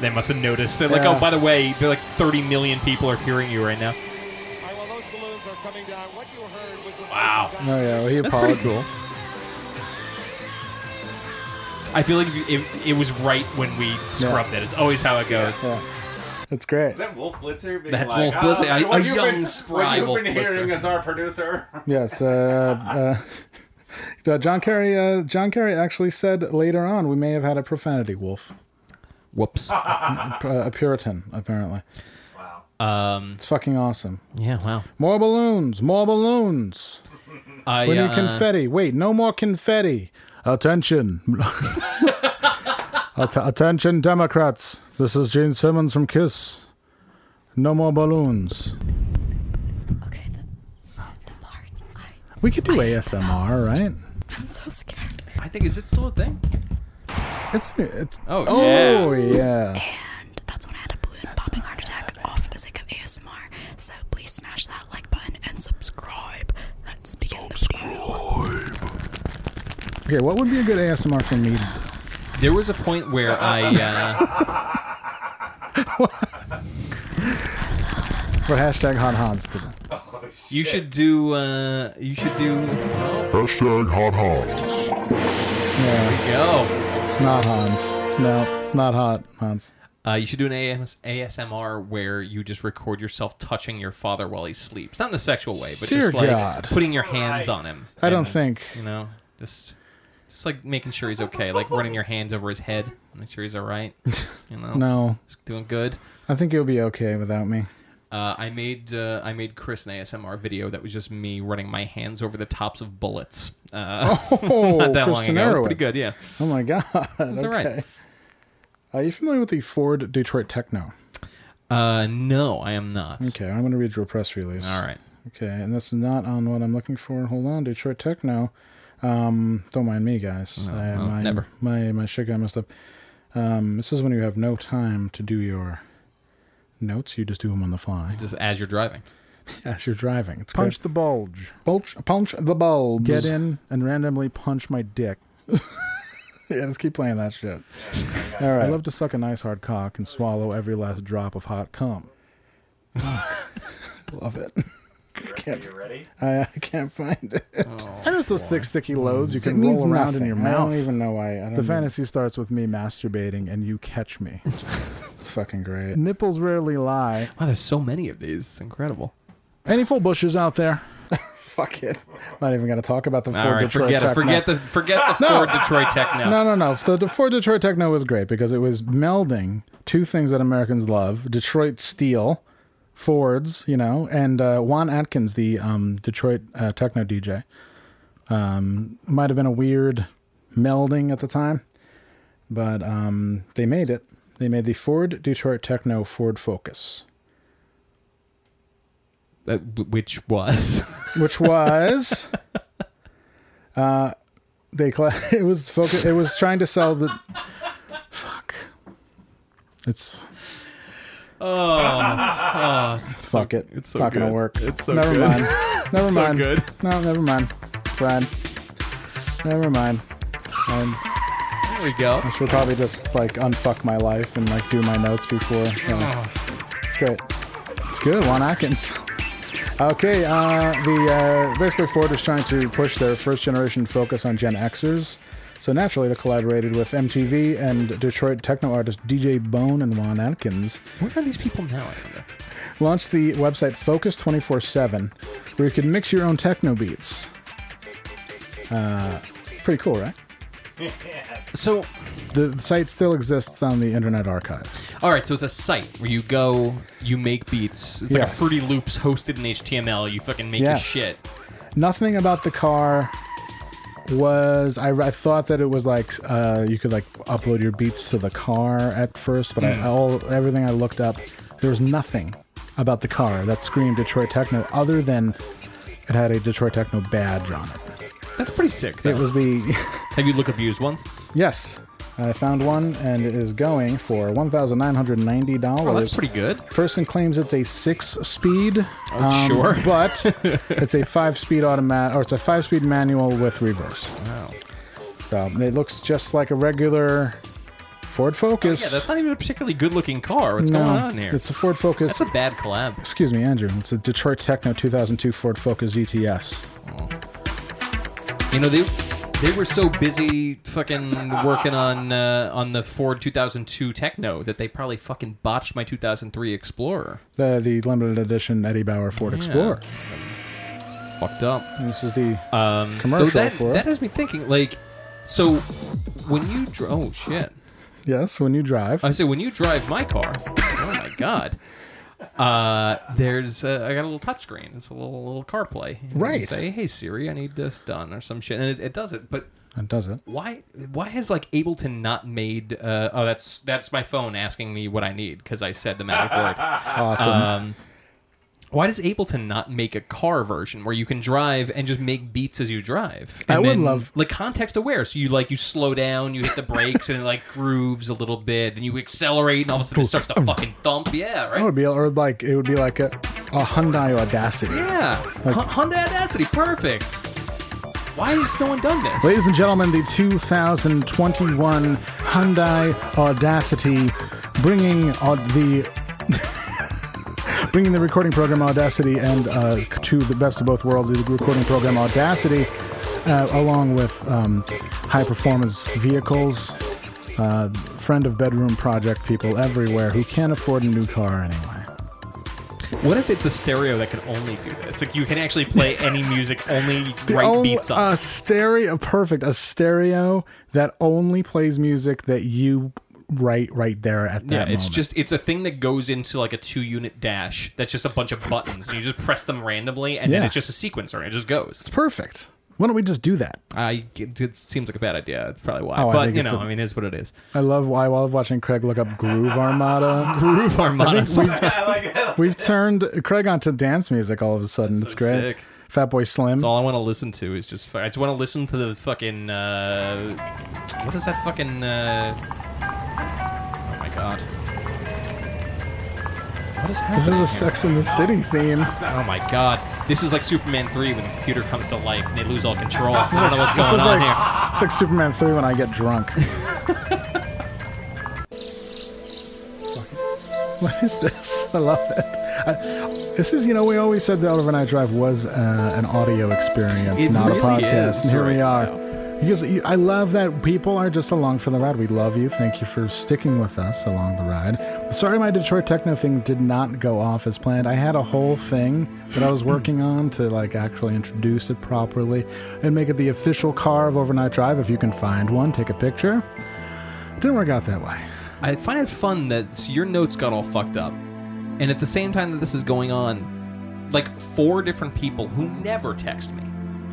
They must have noticed. They're like, Yeah. oh, by the way, they're like 30 million people are hearing you right now. Wow. Oh, yeah, well, he That's pretty apologized. cool. I feel like if, if it was right when we scrubbed it. It's always how it goes. that's great Is that Wolf Blitzer? Being That's like, Wolf Blitzer, "Ah, a- what a you've young been, spry what you've Wolf been Blitzer." hearing as our producer. yes uh, uh, uh, John Kerry uh, John Kerry actually said later on we may have had a profanity wolf whoops a, a Puritan apparently Um, it's fucking awesome yeah wow more balloons more balloons I, we need uh, confetti wait no more confetti attention Att- attention Democrats this is Gene Simmons from Kiss no more balloons we could do ASMR right I'm so scared. I think, is it still a thing? It's it's Oh, oh yeah. yeah. And that's when I had a balloon popping heart attack off for the sake of ASMR. So please smash that like button and subscribe. Let's begin the Okay, what would be a good ASMR for me? There was a point where I. Uh, For hashtag hot Hans today. you should do. Uh, you should do. Hashtag hot Hans. Yeah. Go. Not Hans. No, not hot Hans. Uh, you should do an AS- ASMR where you just record yourself touching your father while he sleeps. Not in a sexual way, but Dear just like God. putting your hands on him. I don't And, think. You know, just just like making sure he's okay, like running your hands over his head, make sure he's all right. You know, No. he's doing good. I think it'll be okay without me. Uh, I made uh, I made Chris an ASMR video that was just me running my hands over the tops of bullets. Uh, Oh, not that Kristen long ago. It was Erowitz. pretty good, yeah. Oh my god. was all right. okay. Are you familiar with the Ford Detroit Techno? Uh, no, I am not. Okay, I'm going to read you a press release. All right. Okay, and this is not on what I'm looking for. Hold on, Detroit Techno. Um, don't mind me, guys. No, I, no, my, never. My my shit got messed up. Um, this is when you have no time to do your notes. You just do them on the fly Just as you're driving. as you're driving. It's Punch the bulge. Bulge. Punch the bulge. Get Get in and randomly punch my dick. yeah, just keep playing that shit. All right. I love to suck a nice hard cock and swallow every last drop of hot cum. love it. Can't- you ready? I, I can't find it. Oh, I know it's those thick, sticky loads you It can means roll around nothing. in your I mouth. don't even know why- I don't the even- fantasy starts with me masturbating and you catch me. it's fucking great. Nipples rarely lie. Wow, there's so many of these. It's incredible. Any full bushes out there? Fuck it. Not even gonna talk about the All Ford right, Detroit forget it. Techno. Forget the forget the No. Ford Detroit Techno. No, no, no. The, the Ford Detroit Techno was great because it was melding two things that Americans love: Detroit steel, Fords, you know, and uh, Juan Atkins, the um, Detroit uh, techno DJ. Um, might have been a weird melding at the time, but um, they made it. They made the Ford Detroit Techno Ford Focus. Uh, w- which was which was uh they cla it was focus it was trying to sell the fuck it's oh, oh, it's so- fuck it It's so not gonna good. work It's so never good. mind never It's so mind good. no never mind it's fine never mind um, there we go I should probably just like unfuck my life and like do my notes before yeah. it's great it's good Juan Atkins Okay, uh, the uh, basically Ford is trying to push their first generation focus on Gen Xers, so naturally they collaborated with MTV and Detroit techno artist DJ Bone and Juan Atkins. Where are these people now? I wonder? Launched the website Focus 24/7, where you can mix your own techno beats. Uh, pretty cool, right? So the site still exists on the Internet Archive. All right, so it's a site where you go, you make beats. It's like a Yes. Fruity Loops hosted in HTML. You fucking make your Yes. shit. Nothing about the car was I, I thought that it was like uh, you could like upload your beats to the car at first, but Hmm. I all everything I looked up, there was nothing about the car that screamed Detroit techno other than it had a Detroit techno badge on it. That's pretty sick. It though. was the Have you looked up used ones? yes. I found one and it is going for one thousand nine hundred ninety dollars. Oh, that's pretty good. Person claims it's a six-speed. um, Oh, sure. but it's a five-speed automatic, or it's a five-speed manual with reverse. Wow. So it looks just like a regular Ford Focus. Oh, Yeah, that's not even a particularly good-looking car. What's No, going on here? It's a Ford Focus. That's a bad collab. Excuse me, Andrew. It's a Detroit Techno 2002 Ford Focus E ETS. You know they they were so busy fucking working on uh, on the Ford 2002 Techno that they probably fucking botched my 2003 Explorer. The the limited edition Eddie Bauer Ford Yeah. Explorer. Fucked up. And this is the um, commercial Though that, for it. That has me thinking. Like, so when you dr- oh shit, yes, when you drive. I say when you drive my car. oh my god. Uh, there's uh, I got a little touchscreen. It's a little little CarPlay. And you Right. Say hey Siri, I need this done or some shit, and it, it does it. But That does it. why why has like Ableton not made? Uh, oh, that's that's my phone asking me what I need because I said the magic word. Awesome. Um, why does Ableton not make a car version where you can drive and just make beats as you drive? I And would then, love- like context aware. So you like you slow down, you hit the brakes, and it like grooves a little bit, and you accelerate, and all of a sudden it starts to fucking thump. Yeah, That right. would be or like it would be like a, a Hyundai Audacity. Yeah, Like- Hu- Hyundai Audacity, perfect. Why has no one done this? Ladies and gentlemen, the 2021 Hyundai Audacity, bringing au- the bringing the recording program Audacity and uh, to the best of both worlds, the recording program Audacity, uh, along with um, high performance vehicles, uh, friend of bedroom project people everywhere who can't afford a new car anyway. What if it's a stereo that can only do this? Like you can actually play any music, only right oh, beats on. a stereo, perfect, a stereo that only plays music that you write right there at that yeah, it's moment. just it's a thing that goes into like a two-unit dash. That's just a bunch of buttons, and you just press them randomly, and then Yeah. it's just a sequencer, and it just goes. It's perfect. Why don't we just do that? I it, it seems like a bad idea. That's probably why. Oh, I but think you it's know, a- I mean, it is what it is. I love I love watching Craig look up Groove Armada. Groove Armada. I think We've, we've turned Craig onto dance music all of a sudden. it's great. sick. Fatboy Slim. That's all I want to listen to is just. fu- I just want to listen to the fucking. Uh, what is that fucking? Uh, oh my god. What is This is happening? the here? Sex in the City theme. Oh my god. This is like Superman 3 when the computer comes to life and they lose all control. This I is don't know like- what's this going is on like- here. It's like Superman 3 when I get drunk. what is this? I love it. I, this is, you know, we always said the overnight drive was uh, an audio experience, It not really a podcast. is and here we are. right now. Because you- I love that people are just along for the ride. We love you. Thank you for sticking with us along the ride. Sorry, my Detroit techno thing did not go off as planned. I had a whole thing that I was working on to like actually introduce it properly and make it the official car of Overnight Drive. If you can find one, take a picture. Didn't work out that way. I find it fun that s- your notes got all fucked up. And at the same time that this is going on, like four different people who never text me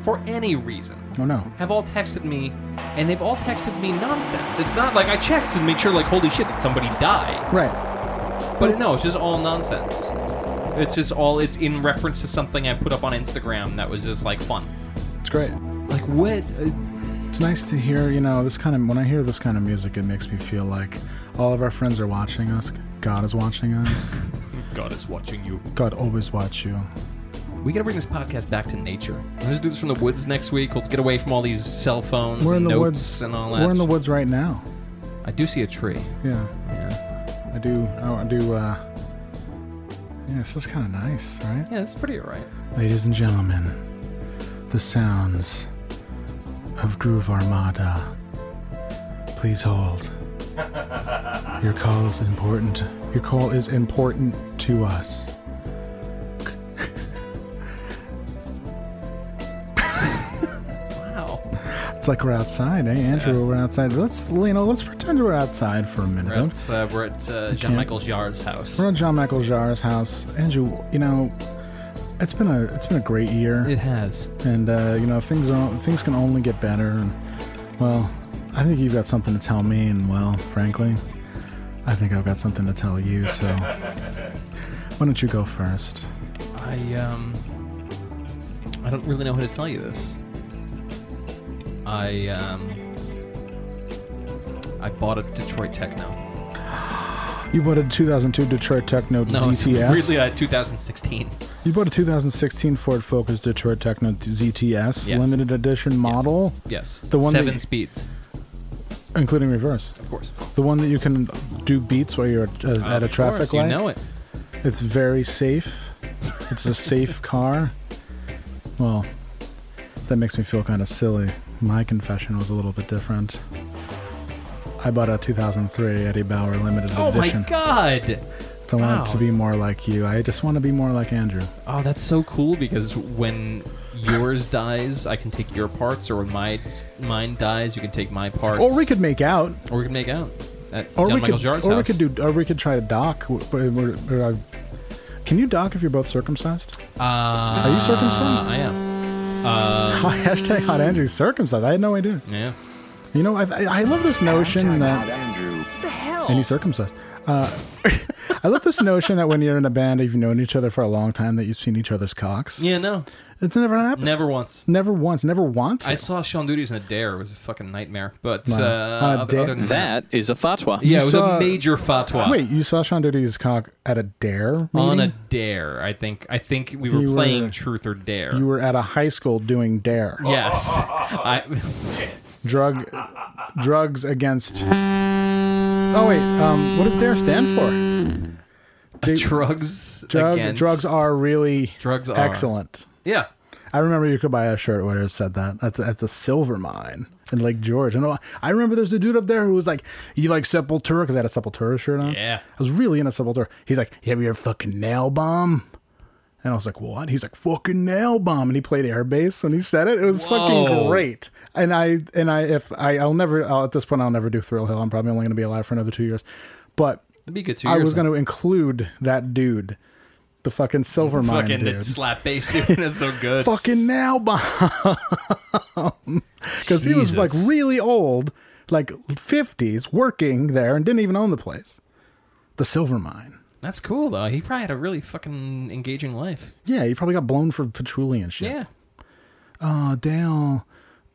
for any reason Oh no. have all texted me and they've all texted me nonsense. It's not like I checked to make sure like holy shit did somebody die. Right. But no, it's just all nonsense. It's just all it's in reference to something I put up on Instagram that was just like fun. It's great. Like what? Uh, It's nice to hear, you know, this kind of when I hear this kind of music, it makes me feel like all of our friends are watching us. God is watching us. God is watching you. God always watch you. We gotta bring this podcast back to nature. Let's do this from the woods next week. Let's get away from all these cell phones We're in and the notes woods and all that. We're in the woods right now. I do see a tree. Yeah, Yeah. I do. I do. uh Yeah, this is kind of nice, right? Yeah, it's pretty alright. Ladies and gentlemen, the sounds of Groove Armada. Please hold. Your call is important. Your call is important to us. Wow. It's It's like we're outside, eh, Andrew? We're outside. Let's, you know, let's pretend we're outside for a minute. We're Don't- at, uh, we're at uh, Okay. Jean Michael Jarre's house. We're at John Michael Jarre's house. Andrew, you know, it's been a it's been a great year. It has, and uh, you know things on- things can only get better. And well, I think you've got something to tell me, and well, frankly, I think I've got something to tell you. So why don't you go first? I um, I don't really know how to tell you this. I um, I bought a Detroit Techno. You bought a 2002 Detroit Techno No, it's ZTS. weirdly uh, 2016. you bought a 2016 Ford Focus Detroit Techno ZTS Yes. limited edition model. Yes, the one that seven you- speeds. including reverse. Of course. The one that you can do beats while you're uh, at a Of traffic course, you light. know it. It's very safe. It's a safe car. Well, that makes me feel kind of silly. My confession was a little bit different. I bought a 2003 Eddie Bauer limited Oh my edition. God! So I want Wow. it to be more like you. I just want to be more like Andrew. Oh, that's so cool because when yours dies, I can take your parts, or when my mine dies, you can take my parts. Or we could make out. or we can make out at Or John we Michael could. Jarre's or house. we could do. Or we could try to dock. W- w- w- or, uh, Can you dock if you're both circumcised? Uh, Are you circumcised? I am. Uh, Hashtag hot Andrew circumcised. I had no idea. yeah. You know, I, I I love this notion that. the hell? And he's circumcised. Uh, I love this notion that when you're in a band, you've known each other for a long time, that you've seen each other's cocks. Yeah, no. It's never happened. Never once. Never once. Never once. I saw Sean Duties in a dare. It was a fucking nightmare. But Wow. uh, Uh, other, dare? other than that, That is a fatwa. yeah, it was saw- a major fatwa. Wait, you saw Sean Duty's cock at a dare? on a meeting? dare, I think. I think we were You were- playing Truth or Dare. You were at a high school doing dare. Yes. I, Drug, drugs against. Oh wait, um, what does dare stand for? Did- drugs drug, against- drugs are really Drugs are. excellent. yeah. I remember you could buy a shirt where it said that at the, at the silver mine in Lake George. And I- I remember there's a dude up there who was like, "You like Sepultura?" Because I had a Sepultura shirt on. Yeah. I was really into Sepultura. He's like, "You ever hear of fucking nail bomb?" And I was like, "What?" He's like, "Fucking nail bomb," and he played air bass when he said it. It was fucking Whoa. great. And I and I if I I'll never I'll, at this point I'll never do Thrill Hill. I'm probably only gonna be alive for another two years. But That'd be good two I years was then. gonna include that dude, the fucking silver mine Fucking dude. the slap bass dude. That's so good. Fucking nail bomb. Because he was like Jesus. really old, like 50s, working there and didn't even own the place. The silver mine. That's cool though. He probably had a really fucking engaging life. Yeah, he probably got blown for patchouli and shit. Yeah. Oh, Dale.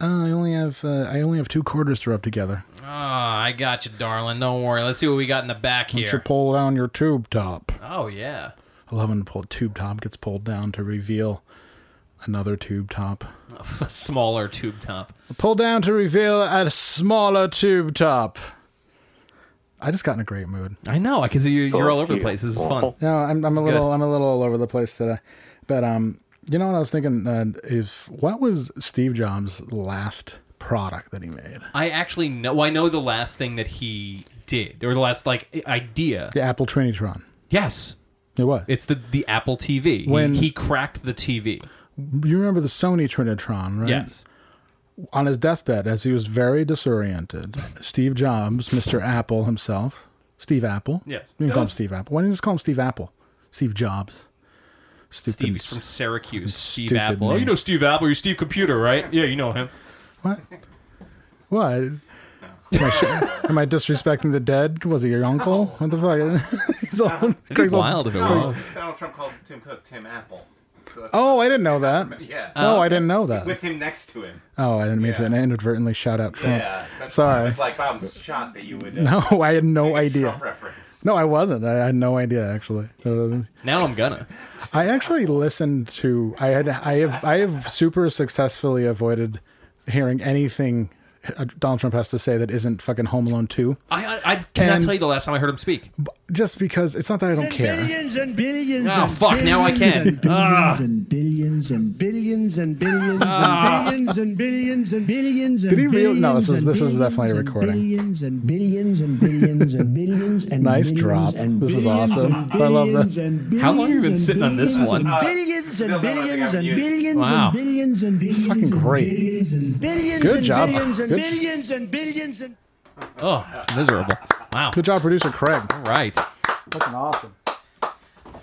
Uh, I only have uh, I only have two quarters to rub together. Oh, I got you, darling. Don't worry. Let's see what we got in the back Why don't you here. pull down your tube top? Oh yeah. I love when the pull- tube top gets pulled down to reveal another tube top. A smaller tube top. Pull down to reveal a smaller tube top. I just got in a great mood. I know. I can see you, you're all over the place. This is fun. No, I'm, I'm a It's little good. I'm a little all over the place today, but um, you know what I was thinking? Uh, if what was Steve Jobs' last product that he made? I actually know. Well, I know the last thing that he did, or the last like i- idea. The Apple Trinitron. Yes, it was. It's the the Apple TV. When- he, he cracked the TV. You remember the Sony Trinitron, right? Yes. On his deathbed, as he was very disoriented, Steve Jobs, Mr. Apple himself, Steve Apple. Yes. You can call him Steve Apple. Why didn't you just call him Steve Apple? Steve Jobs. Stupid. Steve he's from Syracuse. Steve stupid Apple. Oh, name. you know Steve Apple. You're Steve Computer, right? Yeah, you know him. What? What? Am I, sh- am I disrespecting the dead? Was he your uncle? What the fuck? He's all- Craig's all- Craig- Donald, Donald Trump called Tim Cook Tim Apple. So that's- Oh, I didn't know that. Yeah. Oh, I didn't know that. With him next to him. Oh, I didn't mean to inadvertently shout out Trump. Yeah. That's, Sorry. It's like I'm shocked that you would. Uh, No, I had no make a idea. Trump reference. No, I wasn't. I had no idea actually. Uh, Now I'm gonna. I actually listened to. I had. I have. I have super successfully avoided hearing anything uh, Donald Trump has to say that isn't fucking Home Alone 2. I, I, I cannot And- tell you the last time I heard him speak. Just because it's not that I don't care. Billions and billions. Oh, and fuck, now I billions can. And Ah. billions, and billions and billions and billions Ah. and billions and billions and billions and Did he real- billions. no, this is- and this is billions definitely a and recording. Billions and billions and billions and billions and Nice billions drop. and This is billions awesome. and I love billions that. and How long have you been billions sitting on this and one? billions and Billions and used. billions Wow. and billions and billions. Fucking great. Billions and billions Good and job. billions and Good- billions and billions and Oh, that's miserable. Wow. Good job, producer Craig. All right. Fucking awesome. A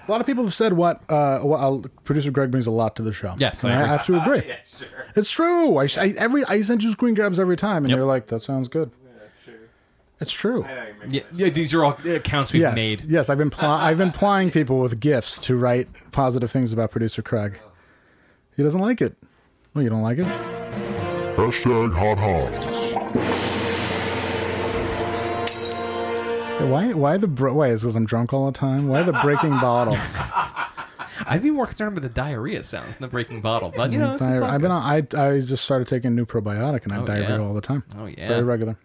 lot of people have said what uh, what uh, producer Greg brings a lot to the show. Yes, and I I, agree. have to agree. It's true. I, s- I- every I send you screen grabs every time, and you're like, "That sounds good." It's true. Yeah, yeah, these are all accounts we've yes, mlayed made. yes. I've been Uh, pl- I've been plying people with gifts to write positive things about producer Craig. He doesn't like it. Well, you don't like it. Hashtag hot hogs. Yeah, Why? Why the? Bro- why is because I'm drunk all the time? Why the breaking bottle? I'd be more concerned with the diarrhea sounds than the breaking bottle, but you know, it's, it's Diarrhea. all I've been on. I I just started taking a new probiotic, and I Oh, diarrhea yeah. all the time. Oh, yeah. very regular.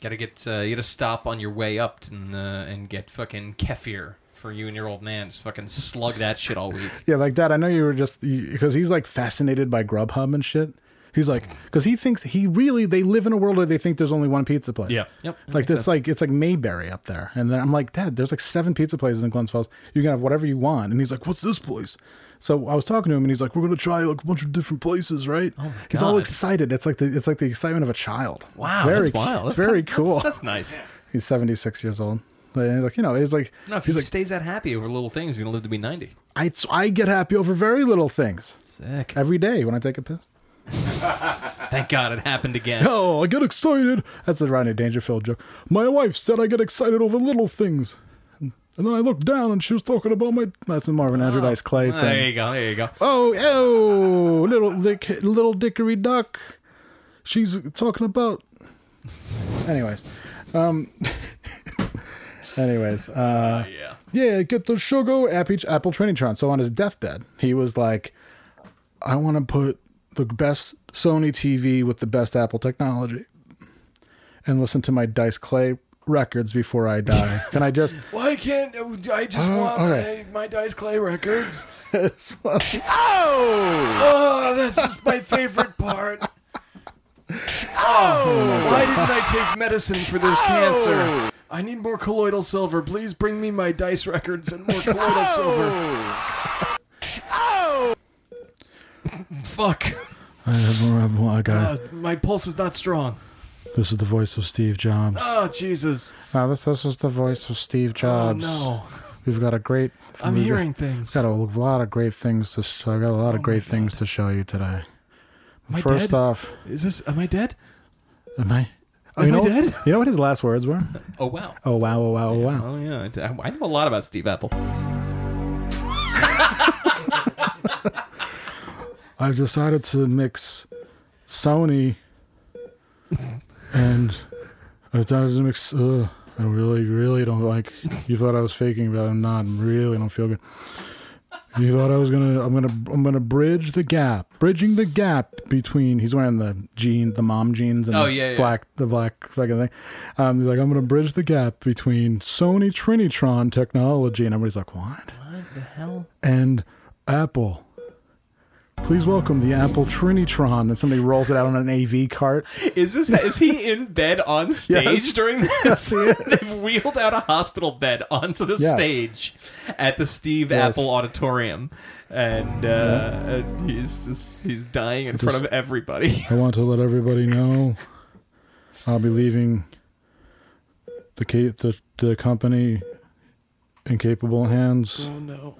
Gotta get uh, you gotta stop on your way up t- and uh, and get fucking kefir for you and your old man. Just fucking slug that shit all week. Yeah, like Dad. I know you were just because he's like fascinated by Grubhub and shit. He's like, because he thinks he really they live in a world where they think there's only one pizza place. Yeah. Yep. Like That makes that's sense. like it's like Mayberry up there, and then I'm like, Dad, there's like seven pizza places in Glens Falls. You can have whatever you want, and he's like, What's this place? So I was talking to him, and he's like, We're gonna try like a bunch of different places, right? Oh my he's all God. excited. It's like the it's like the excitement of a child. It's Wow, very, that's wild. It's That's very kinda- cool. that's- that's nice. He's 76 years old. And, like you know, he's like No, if he he's like stays that happy over little things, he's gonna live to be ninety. I, so I get happy over very little things. Sick. Every day when I take a piss. Thank God it happened again. Oh, I get excited. That's a Ronnie Dangerfield joke. My wife said I get excited over little things. And then I looked down and she was talking about my. That's a Marvin Andrew Dice Clay thing. there you go. There you go. Oh, oh, little dick, little dickory duck. She's talking about. Anyways, um, anyways, uh, yeah, get the sugar apple, apple trinitron. So on his deathbed, he was like, "I want to put the best Sony TV with the best Apple technology, and listen to my Dice Clay records before I die. Can I just?" Why can't I just Oh, want okay. my, my Dice Clay records? It's like- Oh, that's just my favorite part. Oh, why didn't I take medicine for this cancer? I need more colloidal silver. Please bring me my dice records and more colloidal silver. Fuck. I have more. I have more. I got Uh, it. my pulse is not strong. This is the voice of Steve Jobs. Oh, Jesus. Now this this is the voice of Steve oh, Jobs. Oh, no. We've got a great. I'm we've hearing got- things. Oh Got a lot of great things to. Show, I got a lot of great things to show you today. Am I First dead? off, Is this. Am I dead? am I? Am Oh, you I know, dead? You know what his last words were? Oh wow. Oh wow! Oh wow! Oh wow! Oh yeah. I, I know a lot about Steve Apple. I've decided to mix Sony and I decided to mix. Uh, I really, really don't like. You thought I was faking, but I'm not. I really don't feel good. You thought I was gonna. I'm gonna. I'm gonna bridge the gap. Bridging the gap between. He's wearing the jeans, the mom jeans, and Oh, the yeah, yeah. black, the black fucking thing. Um, he's like, I'm gonna bridge the gap between Sony Trinitron technology, and everybody's like, what? What the hell? and Apple. Please welcome the Apple Trinitron. And somebody rolls it out on an AV cart. Is this is he in bed on stage Yes. during Yes, this? he They've wheeled out a hospital bed onto the Yes. stage at the Steve Yes. Apple Auditorium, and, uh, and he's just he's dying in I front just- of everybody. I want to let everybody know I'll be leaving the ca- the, the company in capable hands Oh, no.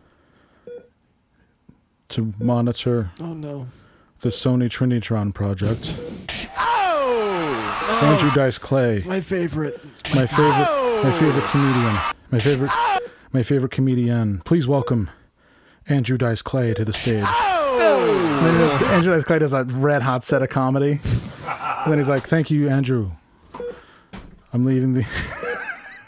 to monitor Oh, no. the Sony Trinitron project. Oh! Andrew Dice Clay, It's my favorite. It's my favorite, my favorite comedian, my favorite, my favorite comedian. Please welcome Andrew Dice Clay to the stage. And then he does- Andrew Dice Clay does a red hot set of comedy. And then he's like, "Thank you, Andrew. I'm leaving the."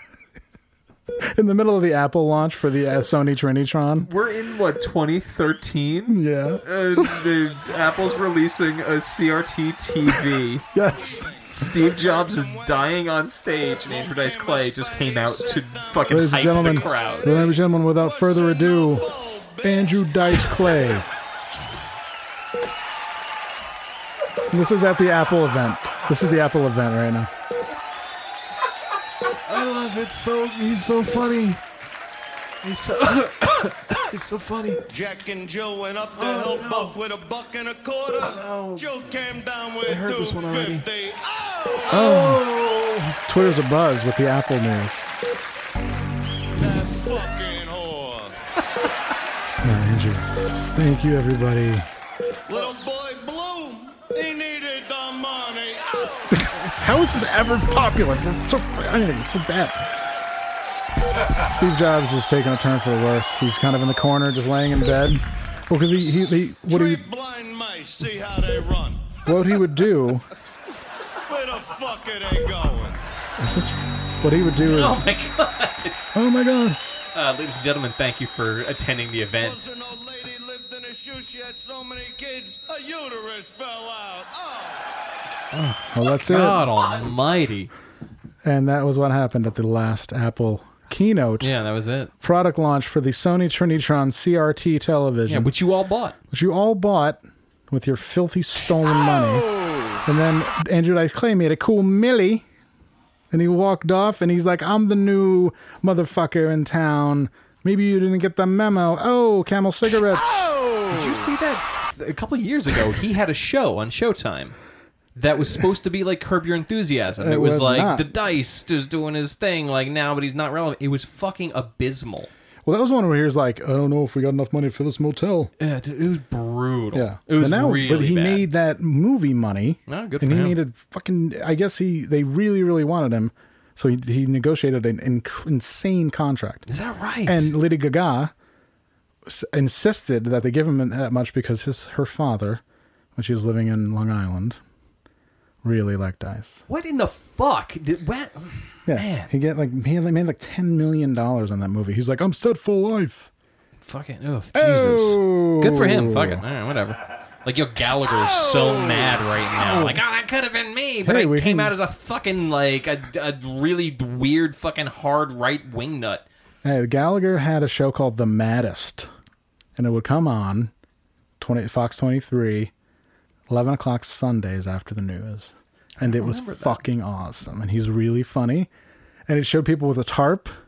in the middle of the Apple launch for the uh, Sony Trinitron. We're in what 2013. Yeah. Uh, the, Apple's releasing a CRT TV. yes. Steve Jobs is dying on stage, and Andrew Dice Clay just came out to fucking Ladies and hype gentlemen, the crowd. ladies and gentlemen, without further ado, Andrew Dice Clay. And this is at the Apple event. This is the Apple event right now. I love it. So he's so funny. He's so he's so funny. Jack and Joe went up Oh, the hill buck with a buck and a quarter. Joe came down with I heard this one already. 250. Oh. Twitter's abuzz with the Apple news. No, Andrew. Thank you, everybody. Little boy Bloom, he needed the money. Oh. How is this ever popular? It's so, I mean, it's so bad. Steve Jobs is taking a turn for the worse. He's kind of in the corner, just laying in bed. Well, because he, he, he, what he, Blind mice, see how they run. what he would do Where the fuck are they going? is this, what he would do is, Oh my god! Oh my god! Uh, ladies and gentlemen, thank you for attending the event. In a shoe, she had so many kids, a uterus fell out. Oh. well, that's it. God Almighty! And that was what happened at the last Apple keynote. Yeah, that was it. Product launch for the Sony Trinitron CRT television. Yeah, which you all bought. Which you all bought with your filthy stolen money. And then Andrew Dice Clay made a cool millie. And he walked off and he's like, I'm the new motherfucker in town. Maybe you didn't get the memo. Oh, camel cigarettes. Did you see that? A couple years ago, he had a show on Showtime that was supposed to be like Curb Your Enthusiasm. It, It was, was like not. the Dice is doing his thing like now, but he's not relevant. It was fucking abysmal. Well, that was one where he was like, I don't know if we got enough money for this motel. Yeah, dude, it was brutal. Yeah, Oh, it was but now, really But he bad. made that movie money. Oh, good and for he him. needed fucking. I guess he they really really wanted him, so he he negotiated an inc- insane contract. Is that right? And Lady Gaga s- insisted that they give him that much because his her father, when she was living in Long Island, really liked Dice. What in the fuck? Did, what? Yeah, he get like he had- they made like ten million dollars on that movie. He's like, I'm set for life. Fucking oh, Jesus. Good for him. Fuck it. All Oh. right, whatever. Like yo, Gallagher is so mad right now. Like, oh, that could have been me, but Hey, I we came can- out as a fucking like a, a really weird fucking hard right wing nut. Hey, Gallagher had a show called The Maddest, and it would come on 20, Fox 23, 11 o'clock Sundays after the news. And it was fucking awesome. And he's really funny. And it showed people with a tarp.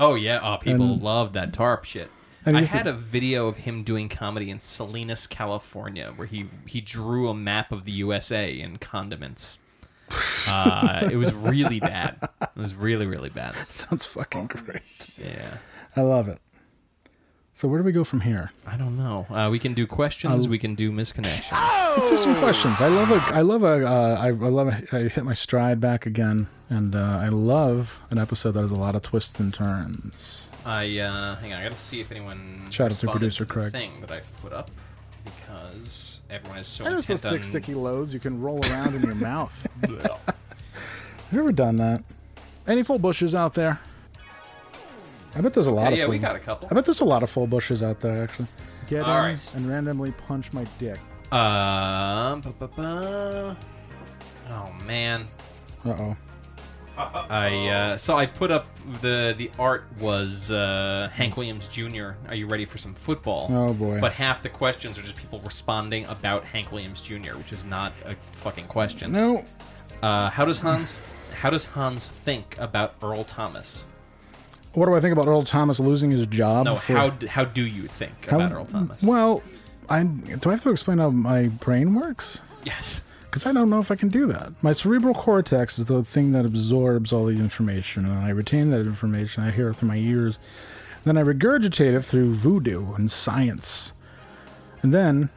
Oh yeah, oh people And- love that tarp shit. And I he's had a video of him doing comedy in Salinas, California, where he he drew a map of the USA in condiments. Uh, it was really bad. It was really really bad. Sounds fucking great. Yeah. I love it. So, where do we go from here? I don't know. Uh, we can do questions. I'll- Ah! we can do misconnections. Let's do some questions. I love a, I love a, uh, I, I love, a, I hit my stride back again. And uh, I love an episode that has a lot of twists and turns. I uh, hang on. I gotta see if anyone Shout out to responded producer the Craig. thing that I put up because everyone is so That is those intent on. thick, sticky loads you can roll around in your mouth. Have you ever done that? Any full bushes out there? I bet there's a lot Yeah, of yeah, full we got a couple. I bet there's a lot of full bushes out there, actually. Get All in right. and randomly punch my dick. Um. ba, ba, ba. Oh man. Uh oh. I uh, so I put up the the art was uh, Hank Williams Jr. Are you ready for some football? Oh, boy. But half the questions are just people responding about Hank Williams Jr., which is not a fucking question. No. Uh, how does Hans How does Hans think about Earl Thomas? What do I think about Earl Thomas losing his job? No, for- how d- how do you think how- about Earl Thomas? Well, I do I have to explain how my brain works? Yes. Because I don't know if I can do that. My cerebral cortex is the thing that absorbs all the information, and I retain that information. I hear it through my ears. Then I regurgitate it through voodoo and science. And then,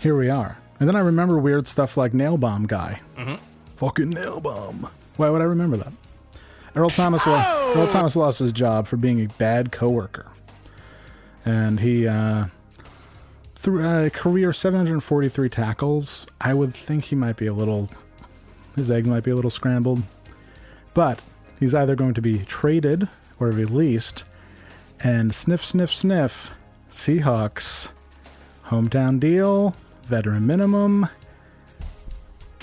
here we are. And then I remember weird stuff like Nail Bomb Guy. Mhm. Fucking Nail Bomb. Why would I remember that? Earl Thomas, lo- Earl Thomas lost his job for being a bad coworker. And he, uh, through a career 743 tackles, I would think he might be a little his eggs might be a little scrambled. But He's either going to be traded or released. And sniff, sniff, sniff. Seahawks. Hometown deal. Veteran minimum.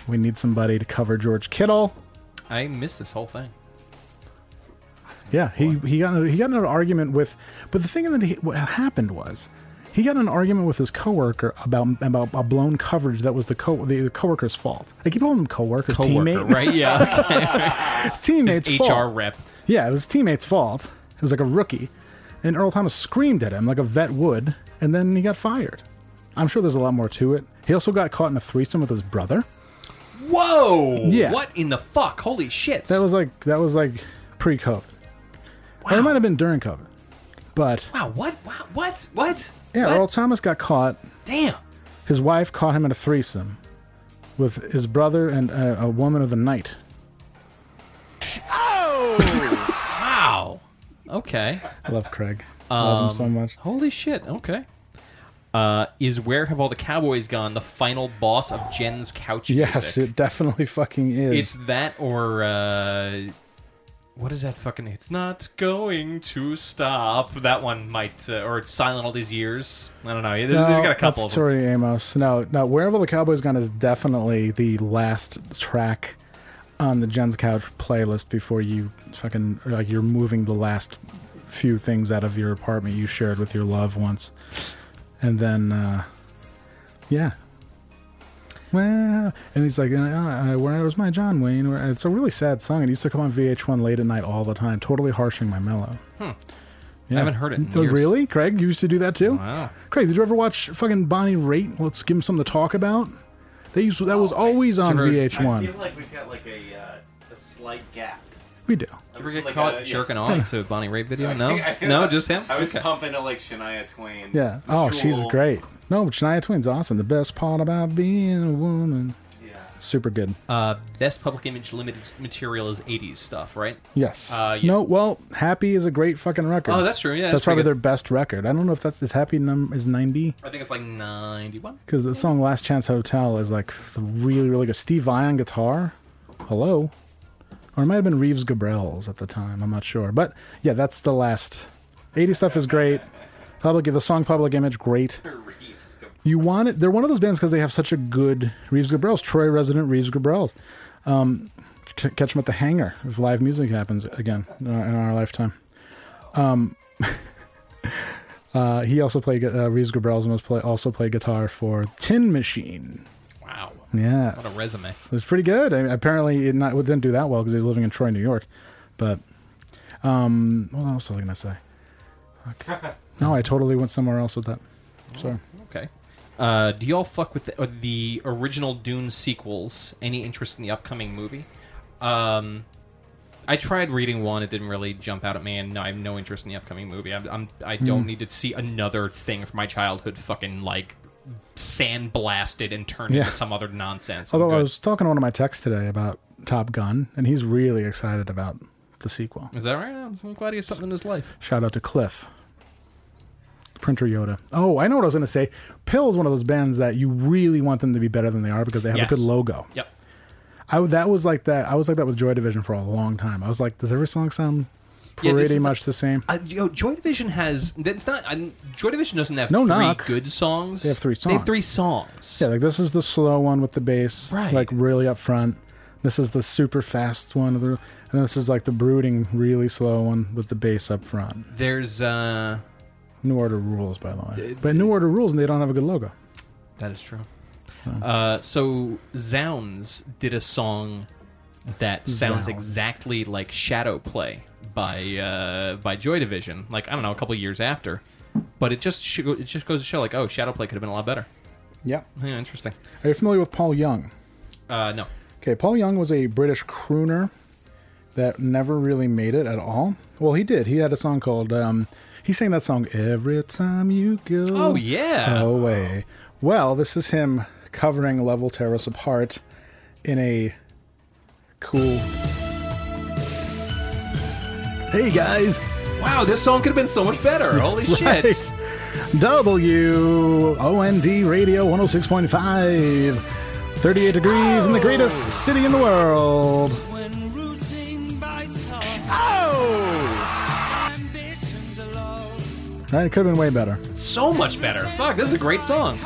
We need somebody to cover George Kittle. I missed this whole thing. Yeah, he, he got in a- he got in an argument with, but the thing that he, what happened was, he got in an argument with his coworker about about a blown coverage that was the co the, the coworker's fault. I keep calling him coworker, Coworker, teammate, right? Yeah. It's teammate's His fault. HR rep. Yeah, it was his teammate's fault. It was like a rookie, and Earl Thomas screamed at him like a vet would, and then he got fired. I'm sure there's a lot more to it. He also got caught in a threesome with his brother. Whoa! Yeah. What in the fuck? Holy shit! That was like that was like pre-COVID. Or it might have been during COVID, but Wow! What? Wow! What? What? Yeah, What? Earl Thomas got caught. Damn. His wife caught him in a threesome with his brother and a, a woman of the night. Wow. Okay. I love Craig. Love him so much. Holy shit. Okay. Uh, is Where Have All the Cowboys Gone the final boss of Jen's couch Yes, music? it definitely fucking is. It's that or uh, what is that fucking? It's not going to stop. That one might, uh, or it's silent all these years. I don't know. There's, no, there's got a couple of that's them. Tori Amos. No, no. Wherever the Cowboys Gone is definitely the last track on the Jen's Couch playlist before you fucking or like you're moving the last few things out of your apartment you shared with your loved ones, and then uh, yeah. Well, and he's like, uh, uh, "Where was my John Wayne?" Where- It's a really sad song. It used to come on VH1 late at night all the time, totally harshing my mellow. Hmm. I haven't heard it in Oh, years. Really, Craig? You used to do that too? Wow. Craig, did you ever watch fucking Bonnie Raitt? Let's give him something to talk about. They used that Oh, was always on I VH1. feel like we've got like a, uh, a slight gap. We do. Did you ever get Like caught a- yeah. jerking off to a Bonnie Raitt video? I No, think I no, was- just him. I was Okay. pumping it like Shania Twain. Yeah. Oh, she's Jewel. great. No, but Shania Twain's awesome. The best part about being a woman. Yeah. Super good. Uh, best public image limited material is '80s stuff, right? Yes. Uh, No. Well, Happy is a great fucking record. Oh, that's true. Yeah, that's, that's pretty probably good. their best record. I don't know if that's is Happy num is ninety I think it's like '91. because the song Last Chance Hotel is like the really really good. Steve Vai on guitar. Hello. Or it might have been Reeves Gabrels at the time. I'm not sure, but yeah, that's the last. 80 stuff is great. Public the song Public Image great. You want it. They're one of those bands because they have such a good Reeves Gabrels, Troy resident Reeves Gabrels. Um, c- catch them at the hangar if live music happens again in our, in our lifetime. Um, uh, he also played gu- uh, Reeves Gabrels must play also played guitar for Tin Machine. Wow. Yes. What a resume. It was pretty good. I mean, apparently, it not it didn't do that well because he was living in Troy, New York. But um, what else was I gonna say? Fuck. no, I totally went somewhere else with that. Sorry. Okay. Uh, do y'all fuck with the, uh, the original Dune sequels? Any interest in the upcoming movie? Um, I tried reading one; it didn't really jump out at me, and no, I have no interest in the upcoming movie. I'm, I'm, I don't Hmm. need to see another thing from my childhood, fucking like sandblasted and turned Yeah. into some other nonsense. I'm Although I good. was talking to one of my texts today about Top Gun, and he's really excited about the sequel. is that right? I'm I'm glad he has something in his life. Shout out to Cliff. Printer Yoda. Oh, I know what I was going to say. Pill is one of those bands that you really want them to be better than they are because they have Yes. a good logo. Yep. I w- that was like that. I was like that with Joy Division for a long time. I was like, does every song sound Yeah, this pretty is the- much the, same? Uh, yo, Joy Division has. That's not. I, Joy Division doesn't have No three knock. good songs. They have three songs. They have three songs. Yeah, like this is the slow one with the bass, Right. like really up front. This is the super fast one, and then this is like the brooding, really slow one with the bass up front. There's. uh New Order rules, by the way. But New Order rules, and they don't have a good logo. That is true. Uh, so Zounds did a song that Zounds. sounds exactly like Shadow Play by uh, by Joy Division. Like I don't know, a couple years after, but it just sh- it just goes to show like oh, Shadow Play could have been a lot better. Yeah. Yeah, interesting. Are you familiar with Paul Young? Uh, no, Okay, Paul Young was a British crooner that never really made it at all. Well, he did. He had a song called. Um, he sang that song every time you go. Oh, yeah. away. Well, this is him covering "Level Tear Us Apart" in a cool. Hey guys. Wow, this song could have been so much better. Holy shit. W O N D Radio 106.5. 38 degrees in the greatest city in the world. When routine bites hard. Oh! That could have been way better. So much better. Fuck, this is a great song.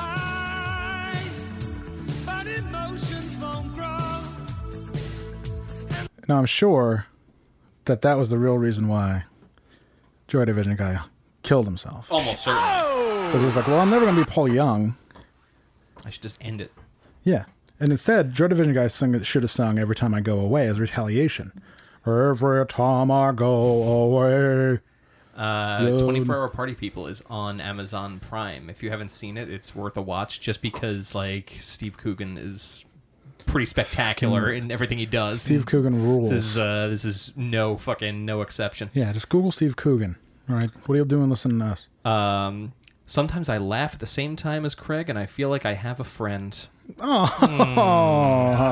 Now I'm sure that that was the real reason why Joy Division guy killed himself Almost certainly. because he was like, "Well, I'm never gonna be Paul Young." I should just end it. Yeah, and instead, Joy Division guy sung, should have sung "Every Time I Go Away" as retaliation. Every time I go away. Uh, Yo. 24 Hour Party People is on Amazon Prime. If you haven't seen it, it's worth a watch just because, like, Steve Coogan is pretty spectacular in everything he does. Steve Coogan rules. This is, uh, this is no fucking no exception. Yeah, just Google Steve Coogan. All right, what are you doing listening to us? Um, sometimes I laugh at the same time as Craig, and I feel like I have a friend. Oh, Uh-huh.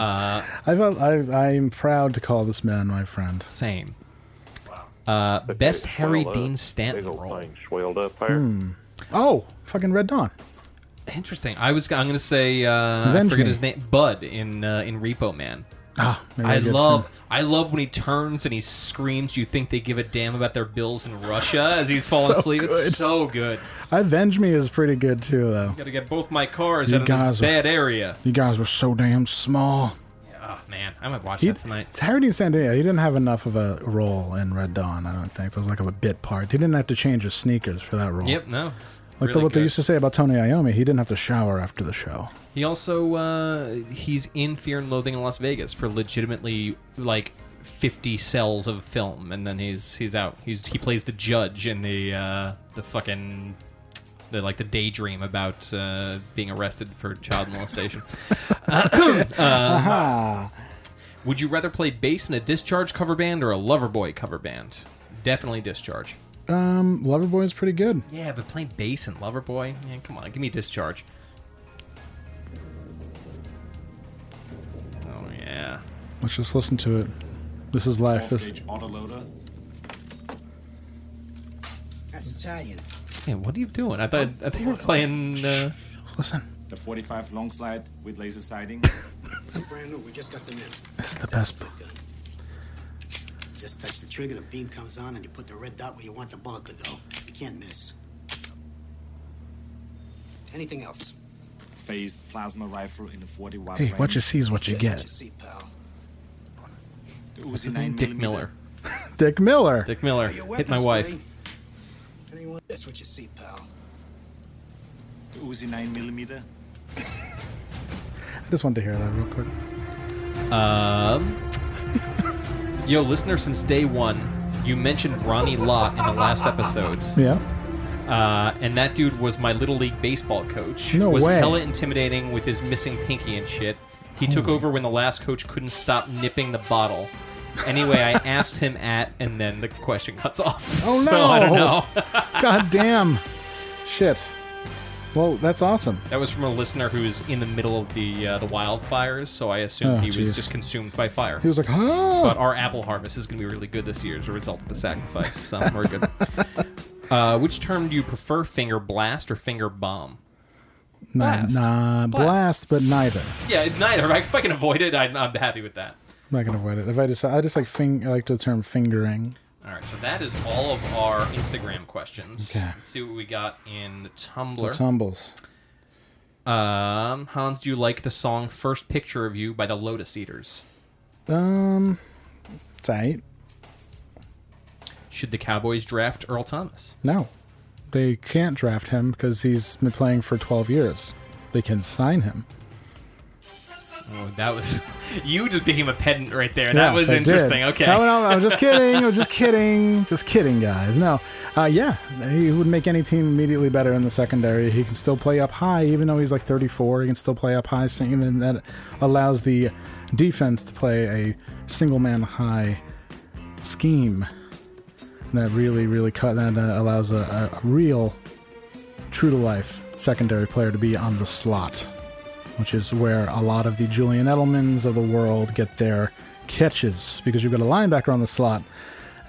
Uh, I, felt- I, I'm proud to call this man my friend. Same. Uh, best Harry swell up. Dean Stanton Big old role. thing swelled up there. Hmm. Oh, fucking Red Dawn. Interesting. I was. I'm gonna say. Uh, I Avenge forget me. his name. Bud in uh, in Repo Man. Ah, maybe I I'll get love. I love when he turns and he screams. You think they give a damn about their bills in Russia as he's falling So asleep? good. It's so good. Uh, Avenge Me is pretty good too, though. Got to get both my cars out of this were- bad area. You guys were so damn small. Oh man, I might watch He, that tonight. Harry Dean Stanton, yeah, he didn't have enough of a role in Red Dawn. I don't think it was like a bit part. He didn't have to change his sneakers for that role. Yep. No. it's Like the, really what they good. used to say about Tony Iommi, he didn't have to shower after the show. He also uh, he's in Fear and Loathing in Las Vegas for legitimately like fifty cells of film, and then he's he's out. He's he plays the judge in the uh, the fucking the like the daydream about uh, being arrested for child molestation. uh, Aha. Would you rather play bass in a Discharge cover band or a Loverboy cover band? Definitely Discharge. Um, Loverboy is pretty good. Yeah, but playing bass in Loverboy, man, come on, give me Discharge. Oh yeah. Let's just listen to it. This is life. This, Off-gauge autoloader. That's Italian. Hey, what are you doing? I thought I think we're playing. Uh, Listen. The 45 long slide with laser sighting. It's brand new. We just got them in. this is the best. Just touch the trigger, the beam comes on, and you put the red dot where you want the bullet to go. You can't miss. Anything else? Phased plasma rifle in the 40 watt Hey, what you range. see is what you Just what get. see, pal. The what's Uzi his name? 9 Dick millimeter. Miller. Dick Miller. Dick Miller Your hit weapons my wife. ready? Anyone? That's what you see, pal. The Uzi 9 millimeter. I just wanted to hear that real quick. Um, yo, listener, since day one, you mentioned Ronnie Lott in the last episode. Yeah. Uh, and that dude was my little league baseball coach. No was way. hella intimidating with his missing pinky and shit. He took over when the last coach couldn't stop nipping the bottle. Anyway, I asked him at, and then the question cuts off. Oh so no! I don't know. God damn. Shit. Well, that's awesome. That was from a listener who's in the middle of the uh, the wildfires, so I assume Oh, he was jeez. just consumed by fire. He was like, "Huh?" But our apple harvest is going to be really good this year as a result of the sacrifice, so we're good. Uh, which term do you prefer, finger blast or finger bomb? Nah, Blast. nah, blast. but neither. Yeah, neither. right? If I can avoid it, I'm, I'm happy with that. I'm not gonna avoid it. If I just, I just like fing, I like the term fingering. All right, so that is all of our Instagram questions. Okay. Let's see what we got in The Tumblr. tumbles. um, Hans, do you like the song "First Picture of You" by the Lotus Eaters? Um, tight. Should the Cowboys draft Earl Thomas? No, they can't draft him because he's been playing for 12 years. They can sign him. Oh, that was you just became a pedant right there. Yeah, that was I did. interesting. Okay. No, no, I'm just kidding. I'm just kidding. Just kidding, guys. No. Uh, yeah, he would make any team immediately better in the secondary. He can still play up high, even though he's like 34. He can still play up high, so- and then that allows the defense to play a single man high scheme. And that really, really cut. That uh, allows a, a real, true to life secondary player to be on the slot which is where a lot of the Julian Edelmans of the world get their catches because you've got a linebacker on the slot.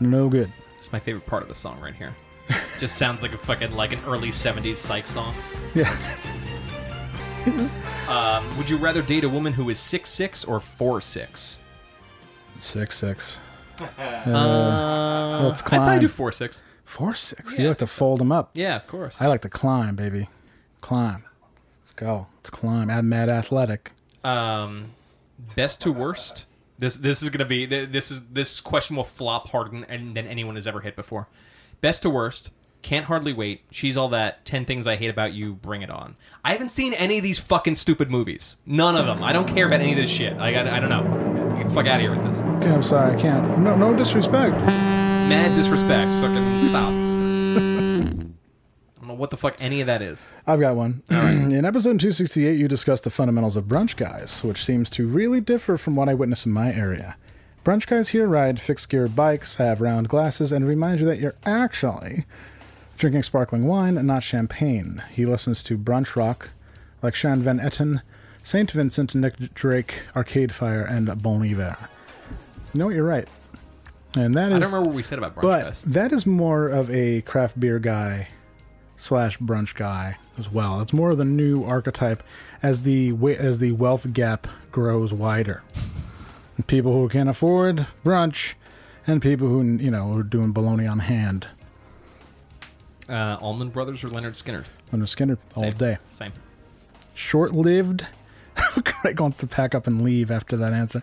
No good. It's my favorite part of the song right here. Just sounds like a fucking like an early '70s psych song. Yeah. Um, would you rather date a woman who is six six or four six? Six six. Uh, let's I'd probably climb. do four, six. Four six. Yeah, you like to fold them up. Yeah, of course. I like to climb, baby. Climb. Let's go. Let's climb. I'm mad athletic. Um, best to worst. This this is gonna be th- this is this question will flop harder than, than anyone has ever hit before. Best to worst. Can't hardly wait. She's all that. Ten things I hate about you. Bring it on. I haven't seen any of these fucking stupid movies. None of them. I don't care about any of this shit. Like, I, I don't know. Get the fuck out of here with this. Okay, I'm sorry. I can't. No, no disrespect. Mad disrespect. Fucking stop. I don't know what the fuck any of that is. I've got one. in episode 268, you discussed the fundamentals of brunch guys, which seems to really differ from what I witness in my area. Brunch guys here ride fixed gear bikes, have round glasses, and remind you that you're actually drinking sparkling wine and not champagne. He listens to brunch rock like Sean Van Etten, St. Vincent, Nick Drake, Arcade Fire, and Bon Iver. You know what? You're right. And that is. I don't remember what we said about brunch But guys. that is more of a craft beer guy slash brunch guy as well. It's more of the new archetype as the we- as the wealth gap grows wider. And people who can afford brunch, and people who you know are doing bologna on hand. Uh, Allman Brothers or Leonard Skinner? Leonard Skinner all Same. day. Same. Short lived. Craig wants to pack up and leave after that answer.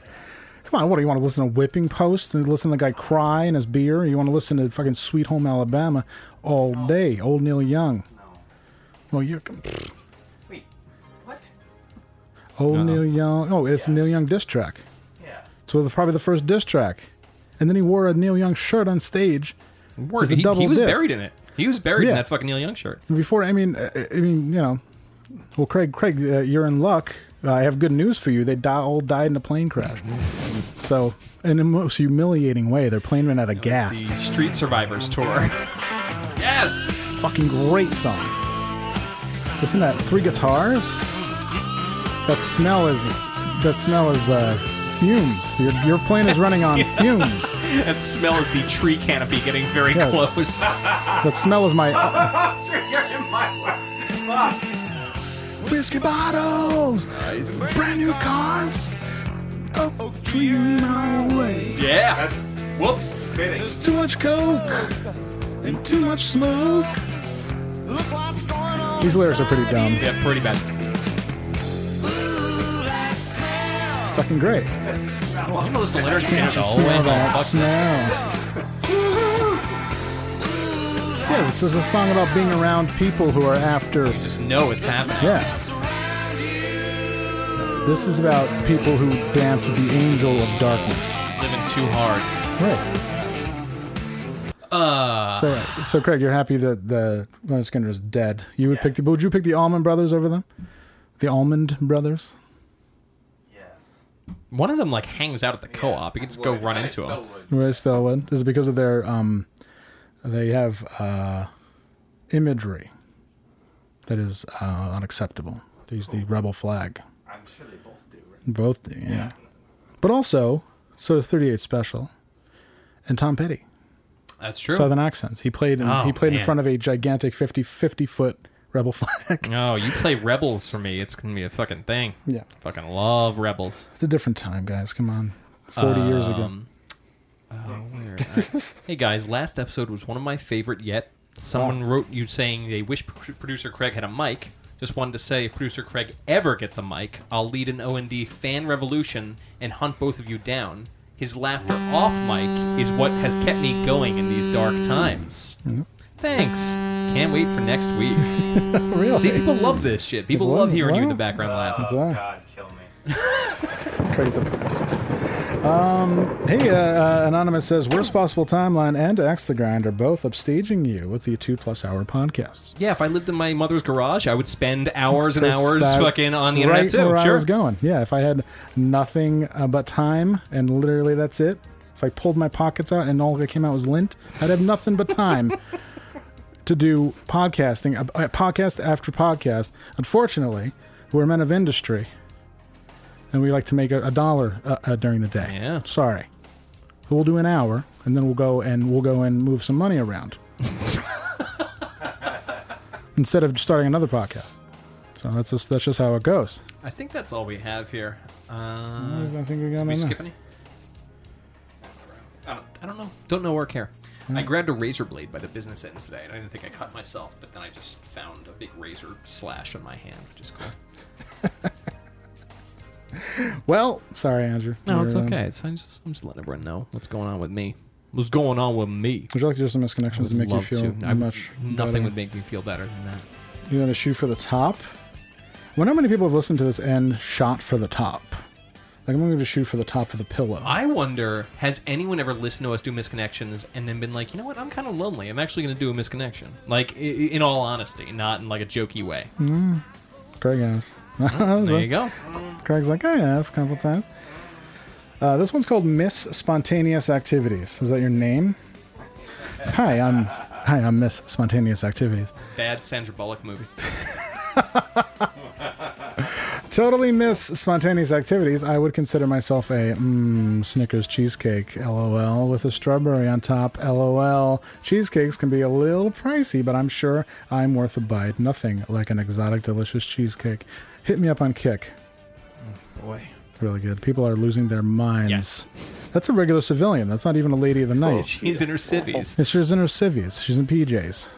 Come on, what do you want to listen to? Whipping Post and listen to the guy cry in his beer? You want to listen to fucking Sweet Home Alabama all day? Old Neil Young. Well, you're. pfft. Wait, what? Old Neil Young. Oh, it's a Neil Young diss track. Yeah. So it's probably the first diss track, and then he wore a Neil Young shirt on stage. Word. It's a He, he double was disc. buried in it. He was buried Yeah. in that fucking Neil Young shirt. Before, I mean, uh, I mean, you know, well, Craig, Craig, uh, you're in luck. Uh, I have good news for you. They die, all died in a plane crash. so, in the most humiliating way, their plane ran out of gas. The Street Survivors tour. yes. Fucking great song. Listen to that three guitars. That smell is, that smell is uh, fumes. Your your plane is running on Yeah. fumes. that smell is the tree canopy getting very Yeah. close. That smell is my Whiskey bottles, brand new cars, a dream my way. yeah. That's whoops. There's too much coke and too much smoke. These lyrics are pretty dumb. Yeah, pretty bad. It's fucking great. Well, I'm gonna listen to Leonard Can't Skinner you all the way. smell that Fuck smell? Yeah, this is a song about being around people who are after. Just know it's happening. Yeah. This is about people who dance with the angel of darkness. Living too hard. Right. Uh. So, so Craig, you're happy that the Leonard Skinner is dead. You would pick the. Would you pick the Almond Brothers over them? The Almond Brothers. one of them like hangs out at the co-op. You can just go run into him. Ray Stillwood. Is it because of their um, they have uh, imagery that is uh, unacceptable. They use the rebel flag. I'm sure they both do. Both, do, yeah. But also, so does 38 Special, and Tom Petty. That's true. Southern accents. He played. In, Oh, he played in man. front of a gigantic 50, 50 foot rebel flag. No, Oh, you play Rebels for me. It's gonna be a fucking thing. Yeah. Fucking love Rebels. It's a different time, guys. Come on. 40 years ago. Um, oh, where- uh, hey guys, last episode was one of my favorite yet. Someone wrote you saying they wish pr- producer Craig had a mic. Just wanted to say if producer Craig ever gets a mic, I'll lead an O&D fan revolution and hunt both of you down. His laughter off mic is what has kept me going in these dark times. Thanks. Can't wait for next week. Really? See, people love this shit. People Wow, love hearing you in wow. the background laughing. That's right. God, kill me. Craig's the best. Um, hey, uh, uh, Anonymous says, Worst Possible Timeline and Axe the Grind are both upstaging you with the two plus hour podcasts. Yeah, if I lived in my mother's garage, I would spend hours and hours Precise- fucking on the right internet too. Where sure. I was going. Yeah, if I had nothing uh, but time and literally that's it, if I pulled my pockets out and all that came out was lint, I'd have nothing but time to do podcasting, uh, uh, podcast after podcast. Unfortunately, we're men of industry and we like to make a, a dollar uh, uh, during the day. Yeah. Sorry. So we'll do an hour and then we'll go and we'll go and move some money around instead of starting another podcast. So that's just that's just how it goes. I think that's all we have here. Uh, I think we got did we enough. skip any? I don't, I don't know. Don't know or care. I grabbed a razor blade by the business end today, and I didn't think I cut myself, but then I just found a big razor slash on my hand, which is cool. Well, sorry, Andrew. No, it's You're, um, okay. It's, I'm, just, I'm just letting everyone know what's going on with me. What's going on with me? Would you like to do some I misconnections would to make you love feel to. I- much nothing better? would make me feel better than that. You want a shoe for the top? I wonder how many people have listened to this and shot for the top. Like I'm going to shoot for the top of the pillow. I wonder, has anyone ever listened to us do misconnections and then been like, you know what, I'm kind of lonely. I'm actually going to do a misconnection. Like, i- i- in all honesty, not in like a jokey way. Mm. Craig has. there you go. Craig's like, I have a couple times. Uh, this one's called Miss Spontaneous Activities. Is that your name? Hi, I'm Hi, I'm Miss Spontaneous Activities. Bad Sandra Bullock movie. Totally miss spontaneous activities. I would consider myself a mm, Snickers cheesecake, lol, with a strawberry on top, lol. Cheesecakes can be a little pricey, but I'm sure I'm worth a bite. Nothing like an exotic, delicious cheesecake. Hit me up on Kick. Boy. Really good. People are losing their minds. Yes. That's a regular civilian. That's not even a lady of the night. She's in her civvies. Yeah, She's in her civvies. She's in PJs.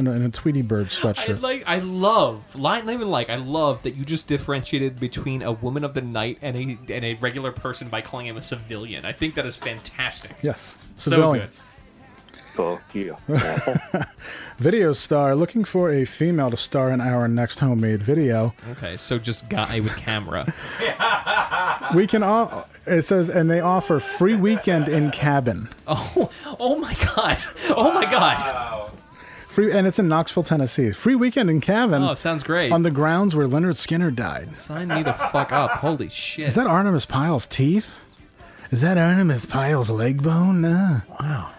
In a, in a Tweety Bird I sweatshirt. like. I love. Like, not even like. I love that you just differentiated between a woman of the night and a and a regular person by calling him a civilian. I think that is fantastic. Yes. So Civilian. good. Fuck you. video star looking for a female to star in our next homemade video. Okay, so just guy with camera. We can all. It says, and they offer free weekend in cabin. Oh, oh my god. Oh my god. Free, and it's in Knoxville, Tennessee. Free weekend in cabin. Oh, sounds great. On the grounds where Leonard Skinner died. Sign me the fuck up. Holy shit. Is that Artemis Pyle's teeth? Is that Artemis Pyle's leg bone? Nah. Wow.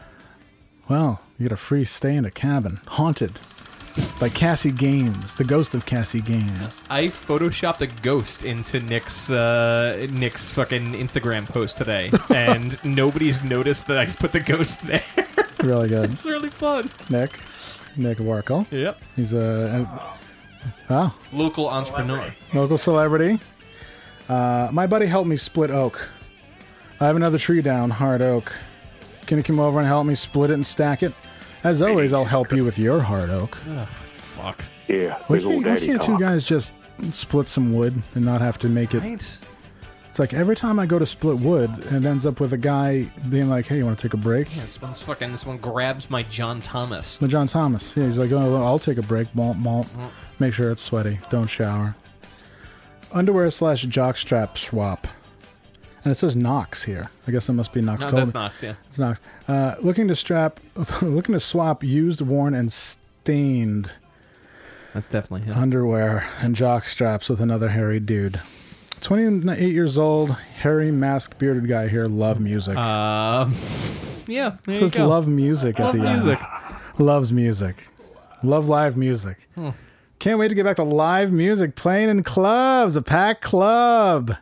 Well, you get a free stay in a cabin, haunted by Cassie Gaines, the ghost of Cassie Gaines. I photoshopped a ghost into Nick's uh, Nick's fucking Instagram post today, and nobody's noticed that I put the ghost there. really good. it's really fun. Nick, Nick Warkle. Yep. He's a, a wow, Local entrepreneur. local celebrity. Uh, my buddy helped me split oak. I have another tree down, hard oak. Can you come over and help me split it and stack it? As always, I'll help you with your hard oak. fuck. Yeah. Why big old can't, why daddy can't two cock. guys just split some wood and not have to make it? It's like every time I go to split wood, it ends up with a guy being like, "Hey, you want to take a break?" Yeah, this one's fucking. This one grabs my John Thomas. The John Thomas. Yeah, he's like, oh, I'll take a break. Malt, malt. Mm. Make sure it's sweaty. Don't shower. Underwear slash jockstrap swap. And it says Knox here. I guess it must be Knox. No, Coleman. that's Knox, yeah. It's Knox. Uh, looking to strap, looking to swap used, worn, and stained That's definitely him. underwear and jock straps with another hairy dude. 28 years old, hairy, mask, bearded guy here. Love music. Um, yeah. There It you says go. love music at Love the music. end. Loves music. Love live music. Hmm. Can't wait to get back to live music playing in clubs, a packed club.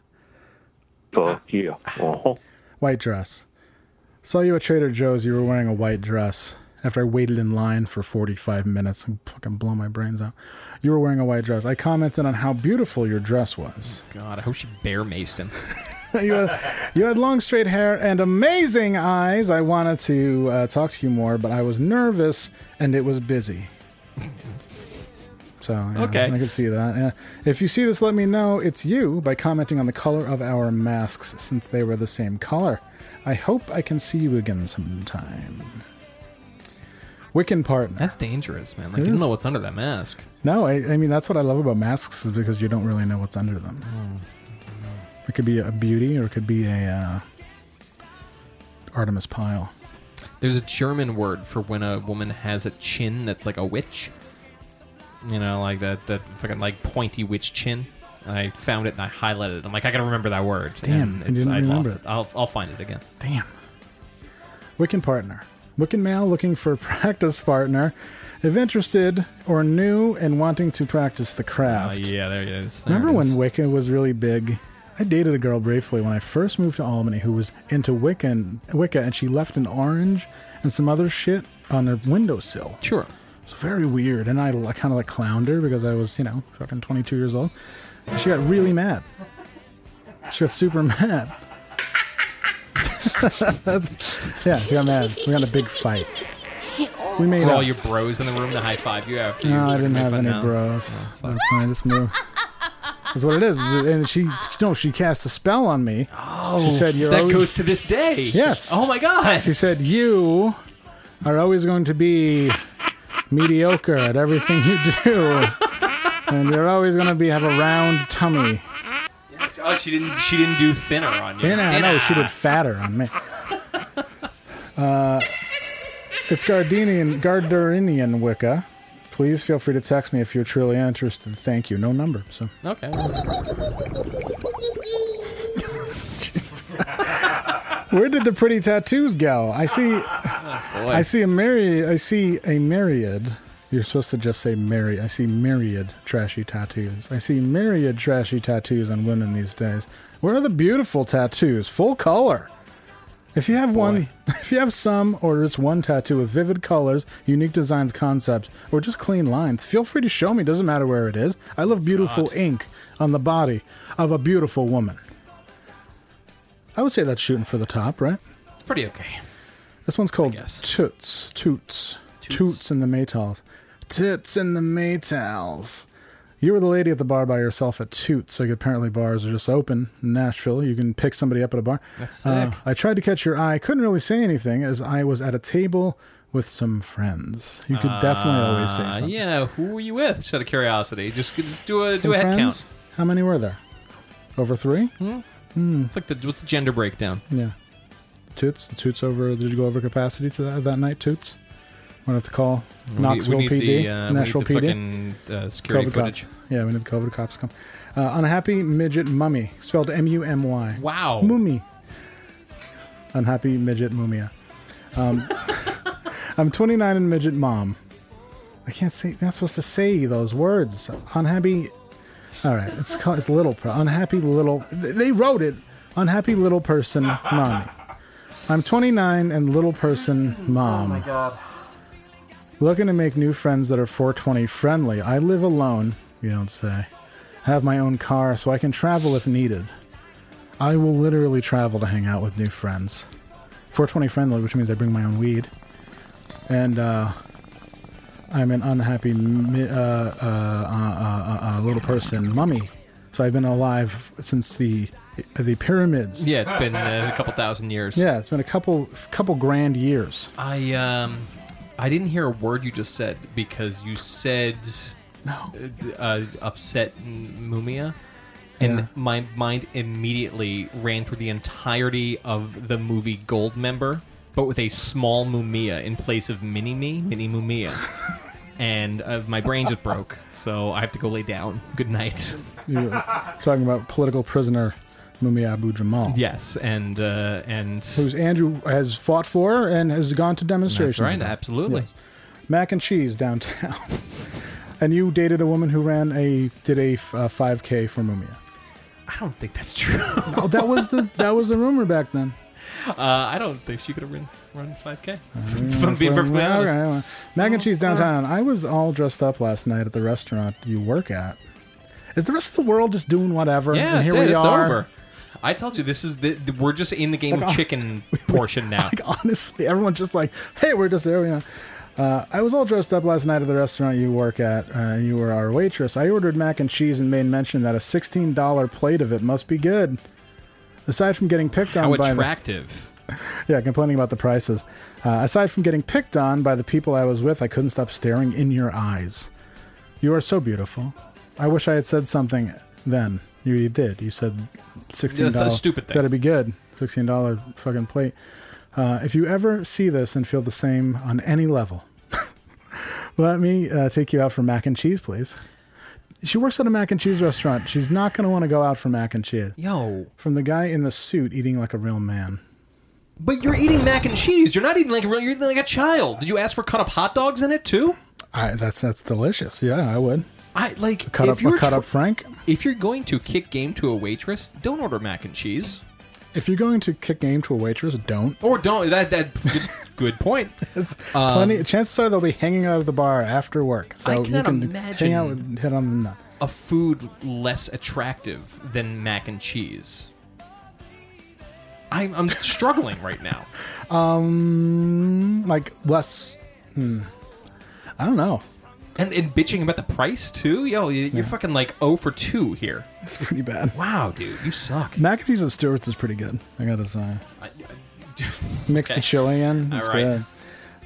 Fuck you. Uh-huh. White dress. Saw you at Trader Joe's. You were wearing a white dress. After I waited in line for 45 minutes and fucking blow my brains out. You were wearing a white dress. I commented on how beautiful your dress was. God, I hope she bear maced him. you, had, you had long straight hair and amazing eyes. I wanted to uh, talk to you more, but I was nervous and it was busy. So yeah, Okay. I can see that. Yeah. If you see this, let me know it's you by commenting on the color of our masks since they were the same color. I hope I can see you again sometime. Wiccan partner. That's dangerous, man. It Like, you is. don't know what's under that mask. No, I, I mean that's what I love about masks is because you don't really know what's under them. Hmm. It could be a beauty, or it could be a uh, Artemis Pyle. There's a German word for when a woman has a chin that's like a witch. You know, like that that fucking like pointy witch chin. And I found it and I highlighted it. I'm like, I gotta remember that word. Damn, and I it's, didn't I remember lost it. I'll I'll find it again. Damn. Wiccan partner. Wiccan male looking for a practice partner. If interested or new and wanting to practice the Oh, craft. yeah, there it is. There Remember it when is. Wiccan was really big? I dated a girl briefly when I first moved to Albany who was into Wiccan, Wicca, and she left an orange and some other shit on her windowsill. Sure. It's very weird, and I, I kind of like clowned her because I was, you know, fucking 22 years old. And she got really mad. She got super mad. That's- yeah, she got mad. We got a big fight. We made Were up. all your bros in the room to high five you after you? No, I looked didn't at me have fun any now? bros. Yeah, it's like- That's fine. Just move. That's what it is. And she, no, she cast a spell on me. Oh, she said you're that always- goes to this day. Yes. Oh my god. She said you are always going to be mediocre at everything you do, and you're always going to be have a round tummy. Oh, she didn't. She didn't do thinner on you. Then I know she did fatter on me. Uh, it's Gardenian, Gardenian Wicca. Please feel free to text me if you're truly interested. Thank you. No number. So Okay. where did the pretty tattoos go? I see. boy. I see a myriad. I see a myriad. You're supposed to just say myriad. I see myriad trashy tattoos. I see myriad trashy tattoos on women these days. Where are the beautiful tattoos, full color? If you have one, if you have some, or it's one tattoo with vivid colors, unique designs, concepts, or just clean lines, feel free to show me. Doesn't matter where it is. I love beautiful ink on the body of a beautiful woman. I would say that's shooting for the top, right? It's pretty okay. This one's called Toots. Toots. Toots and the Maytals. Toots and the Maytals. You were the lady at the bar by yourself at Toots. Like apparently bars are just open in Nashville. You can pick somebody up at a bar. That's Uh, sick. I tried to catch your eye. Couldn't really say anything as I was at a table with some friends. You could definitely always say Uh, something. Yeah. Who were you with? Just out of curiosity. Just, just do a Some do a head friends? count. How many were there? Over three? Hmm? Hmm. It's like the what's the gender breakdown? Yeah. Toots, Toots over. Did you go over capacity to that that night, Toots? We're gonna have to call We Knoxville need- we need PD, the, uh, we need Nashville the PD, fucking, uh, security COVID footage. Cops. Yeah, we need the COVID cops to come. Uh, unhappy midget mummy, spelled M-U-M-Y. Wow. Mummy. Unhappy midget mumia. Um, I'm 29 and midget mom. I can't say. Not supposed to say those words. Unhappy. All right, it's called it's little. Pro, unhappy little. th- They wrote it. Unhappy little person mommy. I'm 29 and little person mom. Oh my god. Looking to make new friends that are 420 friendly. I live alone, you don't say. Have my own car so I can travel if needed. I will literally travel to hang out with new friends. 420 friendly, which means I bring my own weed. And uh, I'm an unhappy mi- uh, uh, uh, uh, uh, uh, little person mummy. So I've been alive since the the pyramids. Yeah, it's been uh, a couple thousand years. Yeah, it's been a couple couple grand years. I um, I didn't hear a word you just said because you said no uh, upset m- Mumia, and Yeah. my mind immediately ran through the entirety of the movie Gold Member, but with a small Mumia in place of Mini Me, Mini Mumia, and uh, my brain just broke. So I have to go lay down. Good night. You're talking about political prisoner Mumia Abu Jamal. Yes, and uh, and Who's Andrew has fought for and has gone to demonstrations. That's right, about. absolutely. Yes. Mac and cheese downtown. and you dated a woman who ran a did a uh, 5K for Mumia. I don't think that's true. No, that was the that was the rumor back then. Uh, I don't think she could have run run 5K. Yeah, If I'm being for- perfectly yeah, honest. okay, Oh, Mm, well. Mac and cheese downtown. I was all dressed up last night at the restaurant you work at. Is the rest of the world just doing whatever? Yeah, and that's here it. we it's are. over. I told you this is the, the- we're just in the game Like, of uh, chicken portion now. honestly, everyone's just like, "Hey, we're just there." You know. Uh, I was all dressed up last night at the restaurant you work at. Uh, you were our waitress. I ordered mac and cheese and made mention that a sixteen dollar plate of it must be good. Aside from getting picked How on by the, attractive! yeah, complaining about the prices. Uh, aside from getting picked on by the people I was with, I couldn't stop staring in your eyes. You are so beautiful. I wish I had said something then. You, you did. You said sixteen That's a dollars. stupid thing. Gotta be good. Sixteen dollar fucking plate. Uh, if you ever see this and feel the same on any level, let me uh, take you out for mac and cheese, please. She works at a mac and cheese restaurant. She's not gonna want to go out for mac and cheese. Yo. From the guy in the suit eating like a real man. But you're eating mac and cheese. You're not eating like a real- you're eating like a child. Did you ask for cut up hot dogs in it too? I, that's that's delicious. Yeah, I would. I like Cut if up- a you're cut tr- up Frank? If you're going to kick game to a waitress, don't order mac and cheese. If you're going to kick game to a waitress, don't. Or don't that that good, good point. Um, Plenty. Chances are they'll be hanging out of the bar after work, so I you cannot can imagine- hang out with hit on the nut. a food less attractive than mac and cheese. I'm, I'm struggling right now. Um, like less. Hmm. I don't know. And, and bitching about the price too? Yo, you- you're fucking like 0 for 2 here. That's pretty bad. Wow, dude, you suck. McAfee's and Stewart's is pretty good. I gotta say. I, I, Mix Okay. the chili in. All It's right. good.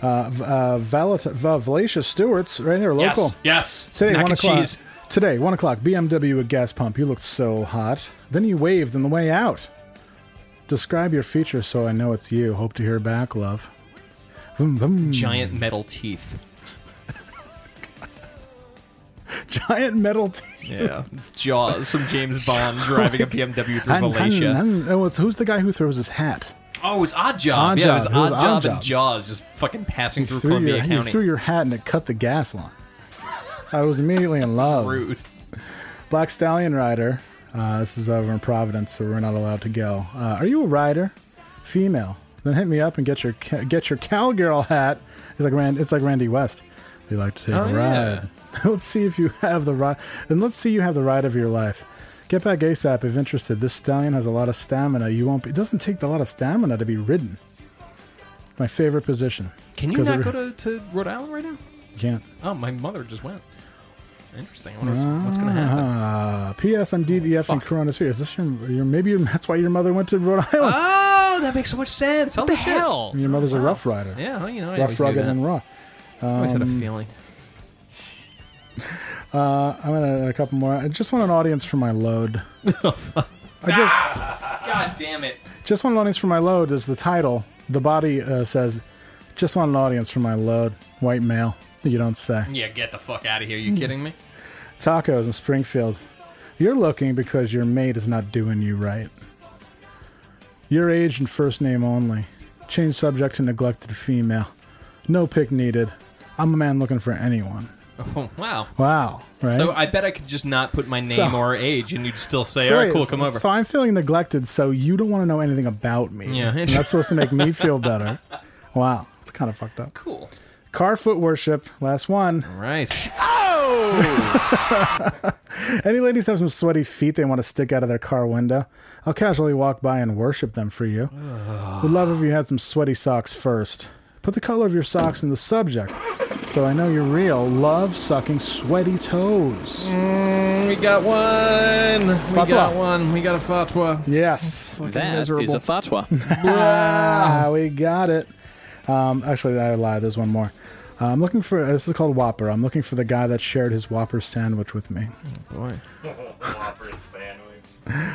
Uh, v- uh, Valata, Va- Valacia Stewart's right here, Yes, local. yes. Today, Mac one and o'clock. cheese. Today, one o'clock. BMW at gas pump. You looked so hot. Then you waved on the way out. Describe your feature so I know it's you. Hope to hear back, love. Vroom, vroom. Giant metal teeth. giant metal teeth. Yeah, it's Jaws from James Bond driving a BMW through And- and- Valencia. and- oh, it's- who's the guy who throws his hat? Oh, it was Odd Job. yeah, it was Odd Job. Odd It was Job Odd and Job. Jaws just fucking passing through threw Columbia your, you County. threw your hat and it cut the gas line. I was immediately in love. Rude. Black Stallion Rider. Uh, this is why we're in Providence, so we're not allowed to go. Uh, are you a rider? Female. Then hit me up and get your ca- get your cowgirl hat. It's like Rand, it's like Randy West. We like to take Oh, a yeah. ride. let's see if you have the ride. And let's see you have the ride of your life. Get back ASAP if interested. This stallion has a lot of stamina. You won't. Be, it doesn't take a lot of stamina to be ridden. My favorite position. Can you 'Cause not it- go to, to Rhode Island right now? you can't. Oh, my mother just went. Interesting. I wonder what's, what's going to happen. Ah, P.S. Oh, I'm DDF and Corona Sphere. Is this your, your maybe your, that's why your mother went to Rhode Island? Oh, that makes so much sense. What the hell? your mother's a rough rider. Yeah, well, you know, I always rough, knew rugged, that. and raw. I always had a Um, feeling. Uh, I'm gonna a couple more. I just want an audience for my load. I just God damn it. just want an audience for my load is the title. The body uh, says, "Just want an audience for my load." White male. You don't say. Yeah, get the fuck out of here. Hmm. You kidding me? Tacos in Springfield. You're looking because your mate is not doing you right. Your age and first name only. Change subject to neglected female. No pick needed. I'm a man looking for anyone. Oh, wow. Wow, right? So I bet I could just not put my name So- or age, and you'd still say, So "All right, wait, cool, come so- over." So I'm feeling neglected, so you don't want to know anything about me. Yeah. And that's supposed to make me feel better. Wow, it's kind of fucked up. Cool. Carfoot worship, last one. All right. Oh! Any ladies have some sweaty feet they want to stick out of their car window? I'll casually walk by and worship them for you. Would love if you had some sweaty socks first. Put the color of your socks in the subject, so I know you're real. Love sucking sweaty toes. Mm, we got one. We Fatwa. got one. We got a fatwa. Yes. Fucking That is miserable. a fatwa. ah, we got it. Um, actually, I lied. There's one more. Uh, I'm looking for. This is called Whopper. I'm looking for the guy that shared his Whopper sandwich with me. Oh, boy. Whopper sandwich. Like,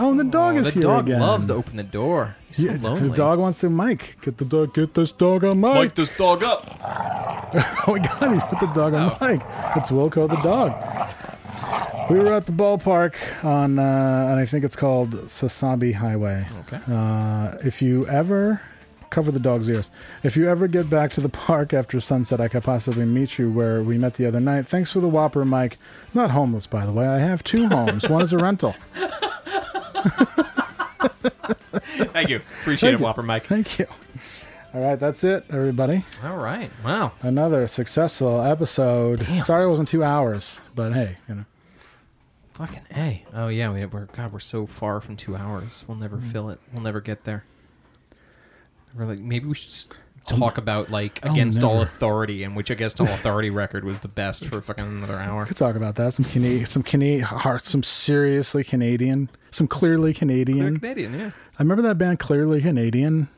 oh, and the dog Oh, is the here dog again. loves to open the door. He's so Yeah, lonely. The dog wants the mic. Get the dog. Get this dog on mic. Wake this dog up. oh my god, he put the dog on mic. It's Wilco the dog. We were at the ballpark on, uh, and I think it's called Sasabi Highway. Okay. Uh, if you ever cover the dog's ears, if you ever get back to the park after sunset, I could possibly meet you where we met the other night. Thanks for the whopper, Mike. I'm not homeless, by the way. I have two homes. One is a rental. Thank you. Appreciate Thank it, you. Whopper Mike. Thank you. All right, that's it, everybody. All right. Wow. Another successful episode. Sorry it wasn't two hours, but hey, you know. Fucking a. Oh yeah, we, we're God. We're so far from two hours. We'll never Mm-hmm. fill it. We'll never get there. We're like, maybe we should s- talk about like Oh, against all never. authority and which against all authority record was the best for fucking another hour. We could talk about that. Some Canadian, some Canadian, heart, some seriously Canadian, some clearly Canadian. Canadian, yeah. I remember that band, Clearly Canadian.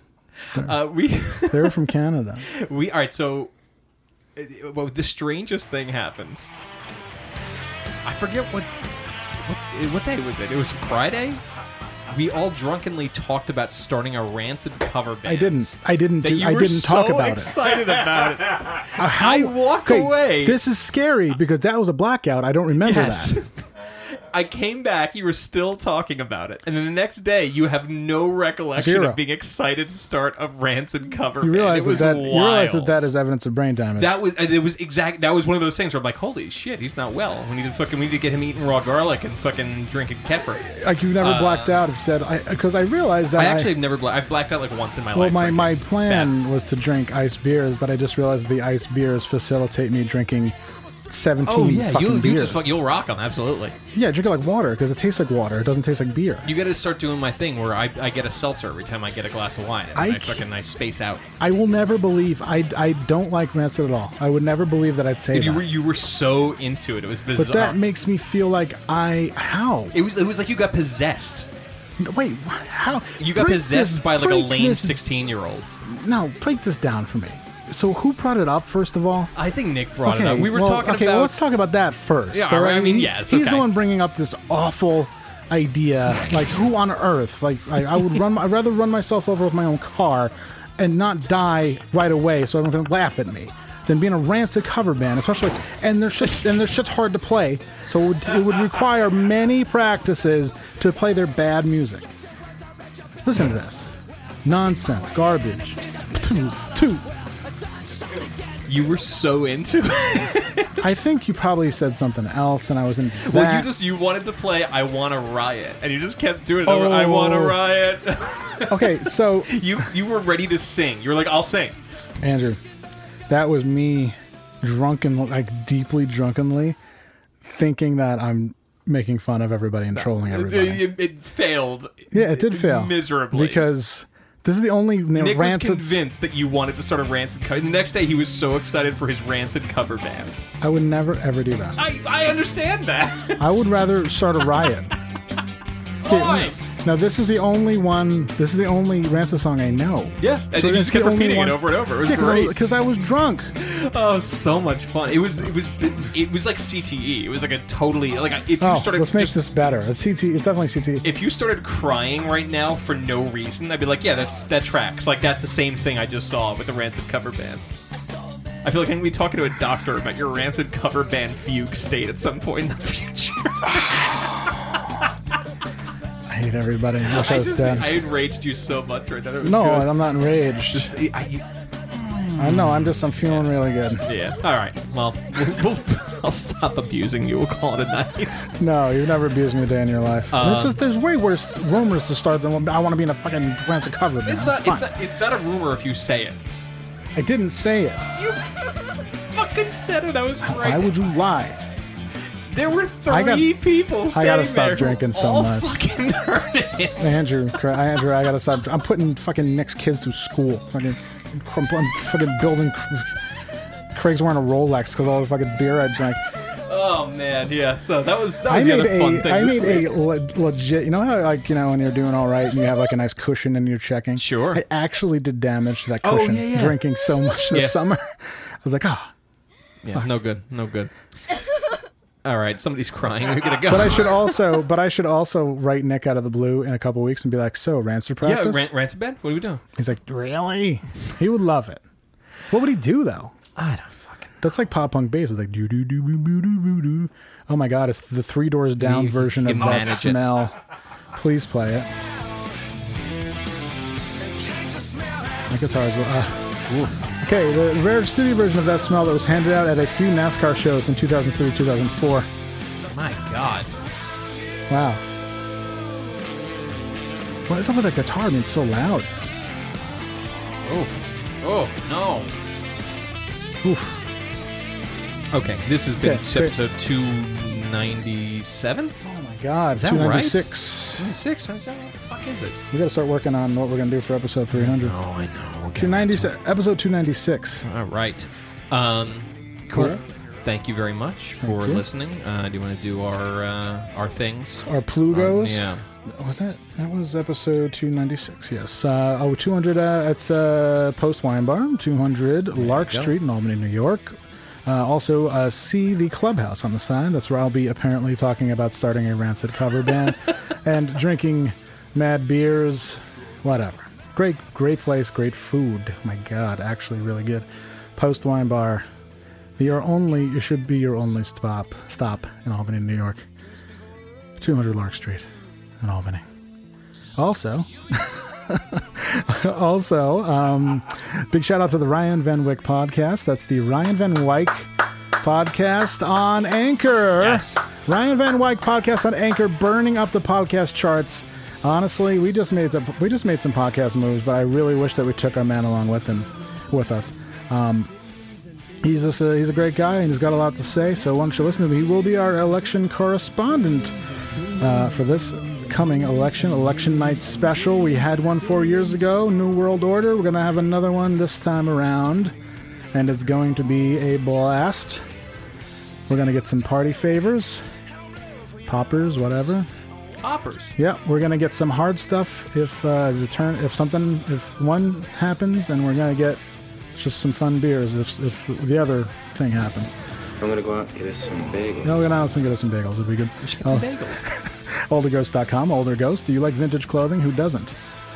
Uh, we They were from Canada. we all right. So, uh, well, the strangest thing happens. I forget what what, what day was it. It was Friday. We all drunkenly talked about starting a rancid cover band. I didn't. I didn't. That Do, you I were didn't talk so about excited about it. it. Uh, how- I walk okay, away. This is scary because that was a blackout. I don't remember Yes. that. I came back, you were still talking about it, and then the next day you have no recollection Zero. of being excited to start a rancid cover. You band. realize it was that, that wild. you realize that that is evidence of brain damage. That was it was exact. That was one of those things where I'm like, holy shit, he's not well. We need to fucking we need to get him eating raw garlic and fucking drinking kefir. like you've never Uh, blacked out. If you said I because I realized that I actually have never bla- I've blacked out like once in my well, life. my, drinking. my plan was to drink ice beers, but I just realized the ice beers facilitate me drinking seventeen. Oh yeah, fucking you, you beers. just fuck, you'll rock them absolutely. yeah, drink it like water because it tastes like water. It doesn't taste like beer. You got to start doing my thing where I, I get a seltzer every time I get a glass of wine. And I I, ca- fucking I space out. I will never believe I, I don't like rancid at all. I would never believe that I'd say Dude, that. you were you were so into it. It was bizarre. but that makes me feel like I how it was it was like you got possessed. No, Wait, wh- how You got break possessed this- by like a break lame this- sixteen year old. No, break this down for me. So who brought it up first of all? I think Nick brought okay, it up. We were well, talking okay, about well, let's talk about that first. Yeah, all right? I mean, He- yes, he's okay. the one bringing up this awful idea. Like, who on earth? Like, I, I would run. I'd rather run myself over with my own car and not die right away, so everyone can laugh at me. Than being a rancid cover band, especially, and their shit's and their shit's hard to play, so it would, it would require many practices to play their bad music. Listen to this, nonsense, garbage. Two. You were so into it. I think you probably said something else, and I was in. Well, you that. just you wanted to play I want to riot, and you just kept doing it. over, I want to Oh. riot. okay, so you you were ready to sing. You were like, I'll sing. Andrew, that was me drunken, like deeply drunkenly thinking that I'm making fun of everybody and trolling It, everybody. it- it failed. Yeah, it did fail. miserably. Because this is the only na- Nick was rancid. convinced that you wanted to start a rancid cover. The next day, he was so excited for his rancid cover band. I would never ever do that. I, I understand that. I would rather start a riot. Okay, Oi! now this is the only one. This is the only rancid song I know. Yeah, and you it's just the kept only repeating one- it over and over. It was Yeah, 'cause I- great. 'cause I was drunk. Oh, so much fun! It was it was it was like CTE. It was like a totally like a, if you Oh, started let's make this better. It's CT. It's definitely CT. if you started crying right now for no reason, I'd be like, yeah, that's that tracks. Like that's the same thing I just saw with the rancid cover bands. I feel like I'm gonna be talking to a doctor about your rancid cover band fugue state at some point in the future. I hate everybody. I wish I, I was just dead. I enraged you so much right there. It was no, good. I'm not enraged. Just, I, I know. I'm just. I'm feeling really good. yeah. All right. Well, we'll, I'll stop abusing you. We'll call it a night. No, you've never abused me a day in your life. Uh, this is. There's way worse rumors to start than I want to be in a fucking rancid cover. band. It's not. It's not. It's not a rumor if you say it. I didn't say it. You fucking said it. I was right. Why would you lie? There were I three got- people. I gotta standing stop there who drinking so all much. Fucking nerds. Andrew, cra- Andrew, I gotta stop. I'm putting fucking Nick's kids through school. Fucking, I'm, I'm fucking building. Craig's wearing a Rolex because all the fucking beer I drank. Oh man, yeah. So that was that I was the made other fun a, thing. I this made a week. le- legit. You know how like you know when you're doing all right and you have like a nice cushion and you're checking. Sure. I actually did damage to that Oh, cushion yeah, yeah. drinking so much this Yeah. summer. I was like, ah. Yeah, no good, no good. All right, somebody's crying. We gotta go. But I should also, but I should also write Nick out of the blue in a couple weeks and be like, so Rancer yeah, practice. rant, rant to bed. What are we doing? He's like, really? He would love it. What would he do though? I don't fucking. That's like pop punk bass. It's like do do do do do do do. Oh my god, it's the Three Doors Down You version of can that manage it. smell. Please play it. My guitar's. Uh, okay, the rare studio version of that smell that was handed out at a few NASCAR shows in 2003, 2004. My God. Wow. What is up with that guitar? I mean, it's so loud. Oh, oh no. Oof. Okay, this has been Okay, great. episode two ninety seven. Oh my God, is that right? 296. Ninety six. What the fuck is it? We gotta start working on what we're gonna do for episode 300. Oh, I know. We'll get 296, episode 296. All right. Um, cool. Yeah. Thank you very much for you. listening. Uh, do you want to do our uh, our things? Our Plugos. Um, Was that? That was episode 296, yes. Uh, oh, 200, uh, it's uh, Post Wine Bar, 200 Lark go. Street in Albany, New York. Uh, also, uh, see the clubhouse on the sign. That's where I'll be apparently talking about starting a rancid cover band and drinking mad beers, whatever. Great, great place, great food. My God, actually, really good. Post Wine Bar, your only, it should be your only stop stop in Albany, New York. 200 Lark Street in Albany. Also, also, um, big shout out to the Ryan Van Wyck podcast. That's the Ryan Van Wyck podcast on Anchor. Yes. Ryan Van Wyck podcast on Anchor, burning up the podcast charts. Honestly, we just made the, we just made some podcast moves, but I really wish that we took our man along with him, with us. Um, He's just a, he's a great guy and he's got a lot to say. So why don't you listen to him? He will be our election correspondent uh, for this coming election, election night special. We had one four years ago, New World Order. We're gonna have another one this time around, and it's going to be a blast. We're gonna get some party favors, poppers, whatever. Hoppers. Yeah, we're gonna get some hard stuff if uh, the turn if something if one happens, and we're gonna get just some fun beers if, if the other thing happens. I'm gonna go out and get us some bagels. No, we're gonna also get us some bagels. It'd be good. We should get some bagels. Olderghost.com. Older Ghost. Do you like vintage clothing? Who doesn't?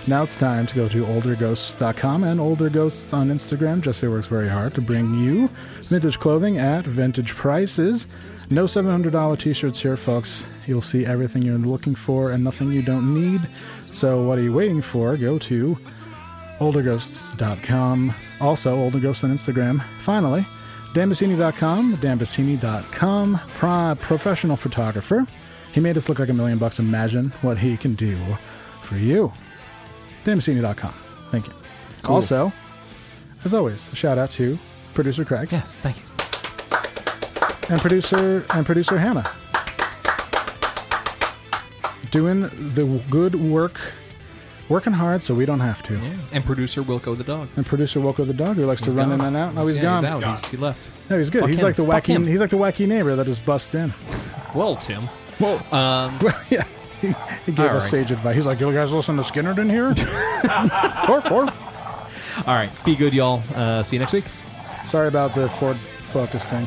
Now it's time to go to olderghosts.com and older ghosts on Instagram. Jesse works very hard to bring you vintage clothing at vintage prices. No $700 t shirts here, folks. You'll see everything you're looking for and nothing you don't need. So, what are you waiting for? Go to olderghosts.com. Also, Older Ghosts on Instagram. Finally, dambassini.com, dambassini.com, pro- professional photographer. He made us look like a million bucks. Imagine what he can do for you. Dambassini.com. Thank you. Cool. Also, as always, a shout out to producer Craig. Yes, thank you. And producer and producer Hannah. Doing the good work, working hard so we don't have to. And producer Wilco the dog. And producer Wilco the dog, who likes He's to run gone. in and out. No, he's yeah, gone. He's out. He's, he left. No, he's good. Fuck he's him. like the Fuck him. wacky. He's like the wacky neighbor that just busts in. Well, Tim. Whoa. Um, yeah. He, he gave All us right. sage advice. He's like, "You guys listen to Skinner in here?" Or fourth. All right. Be good, y'all. Uh, see you next week. Sorry about the Ford Focus thing.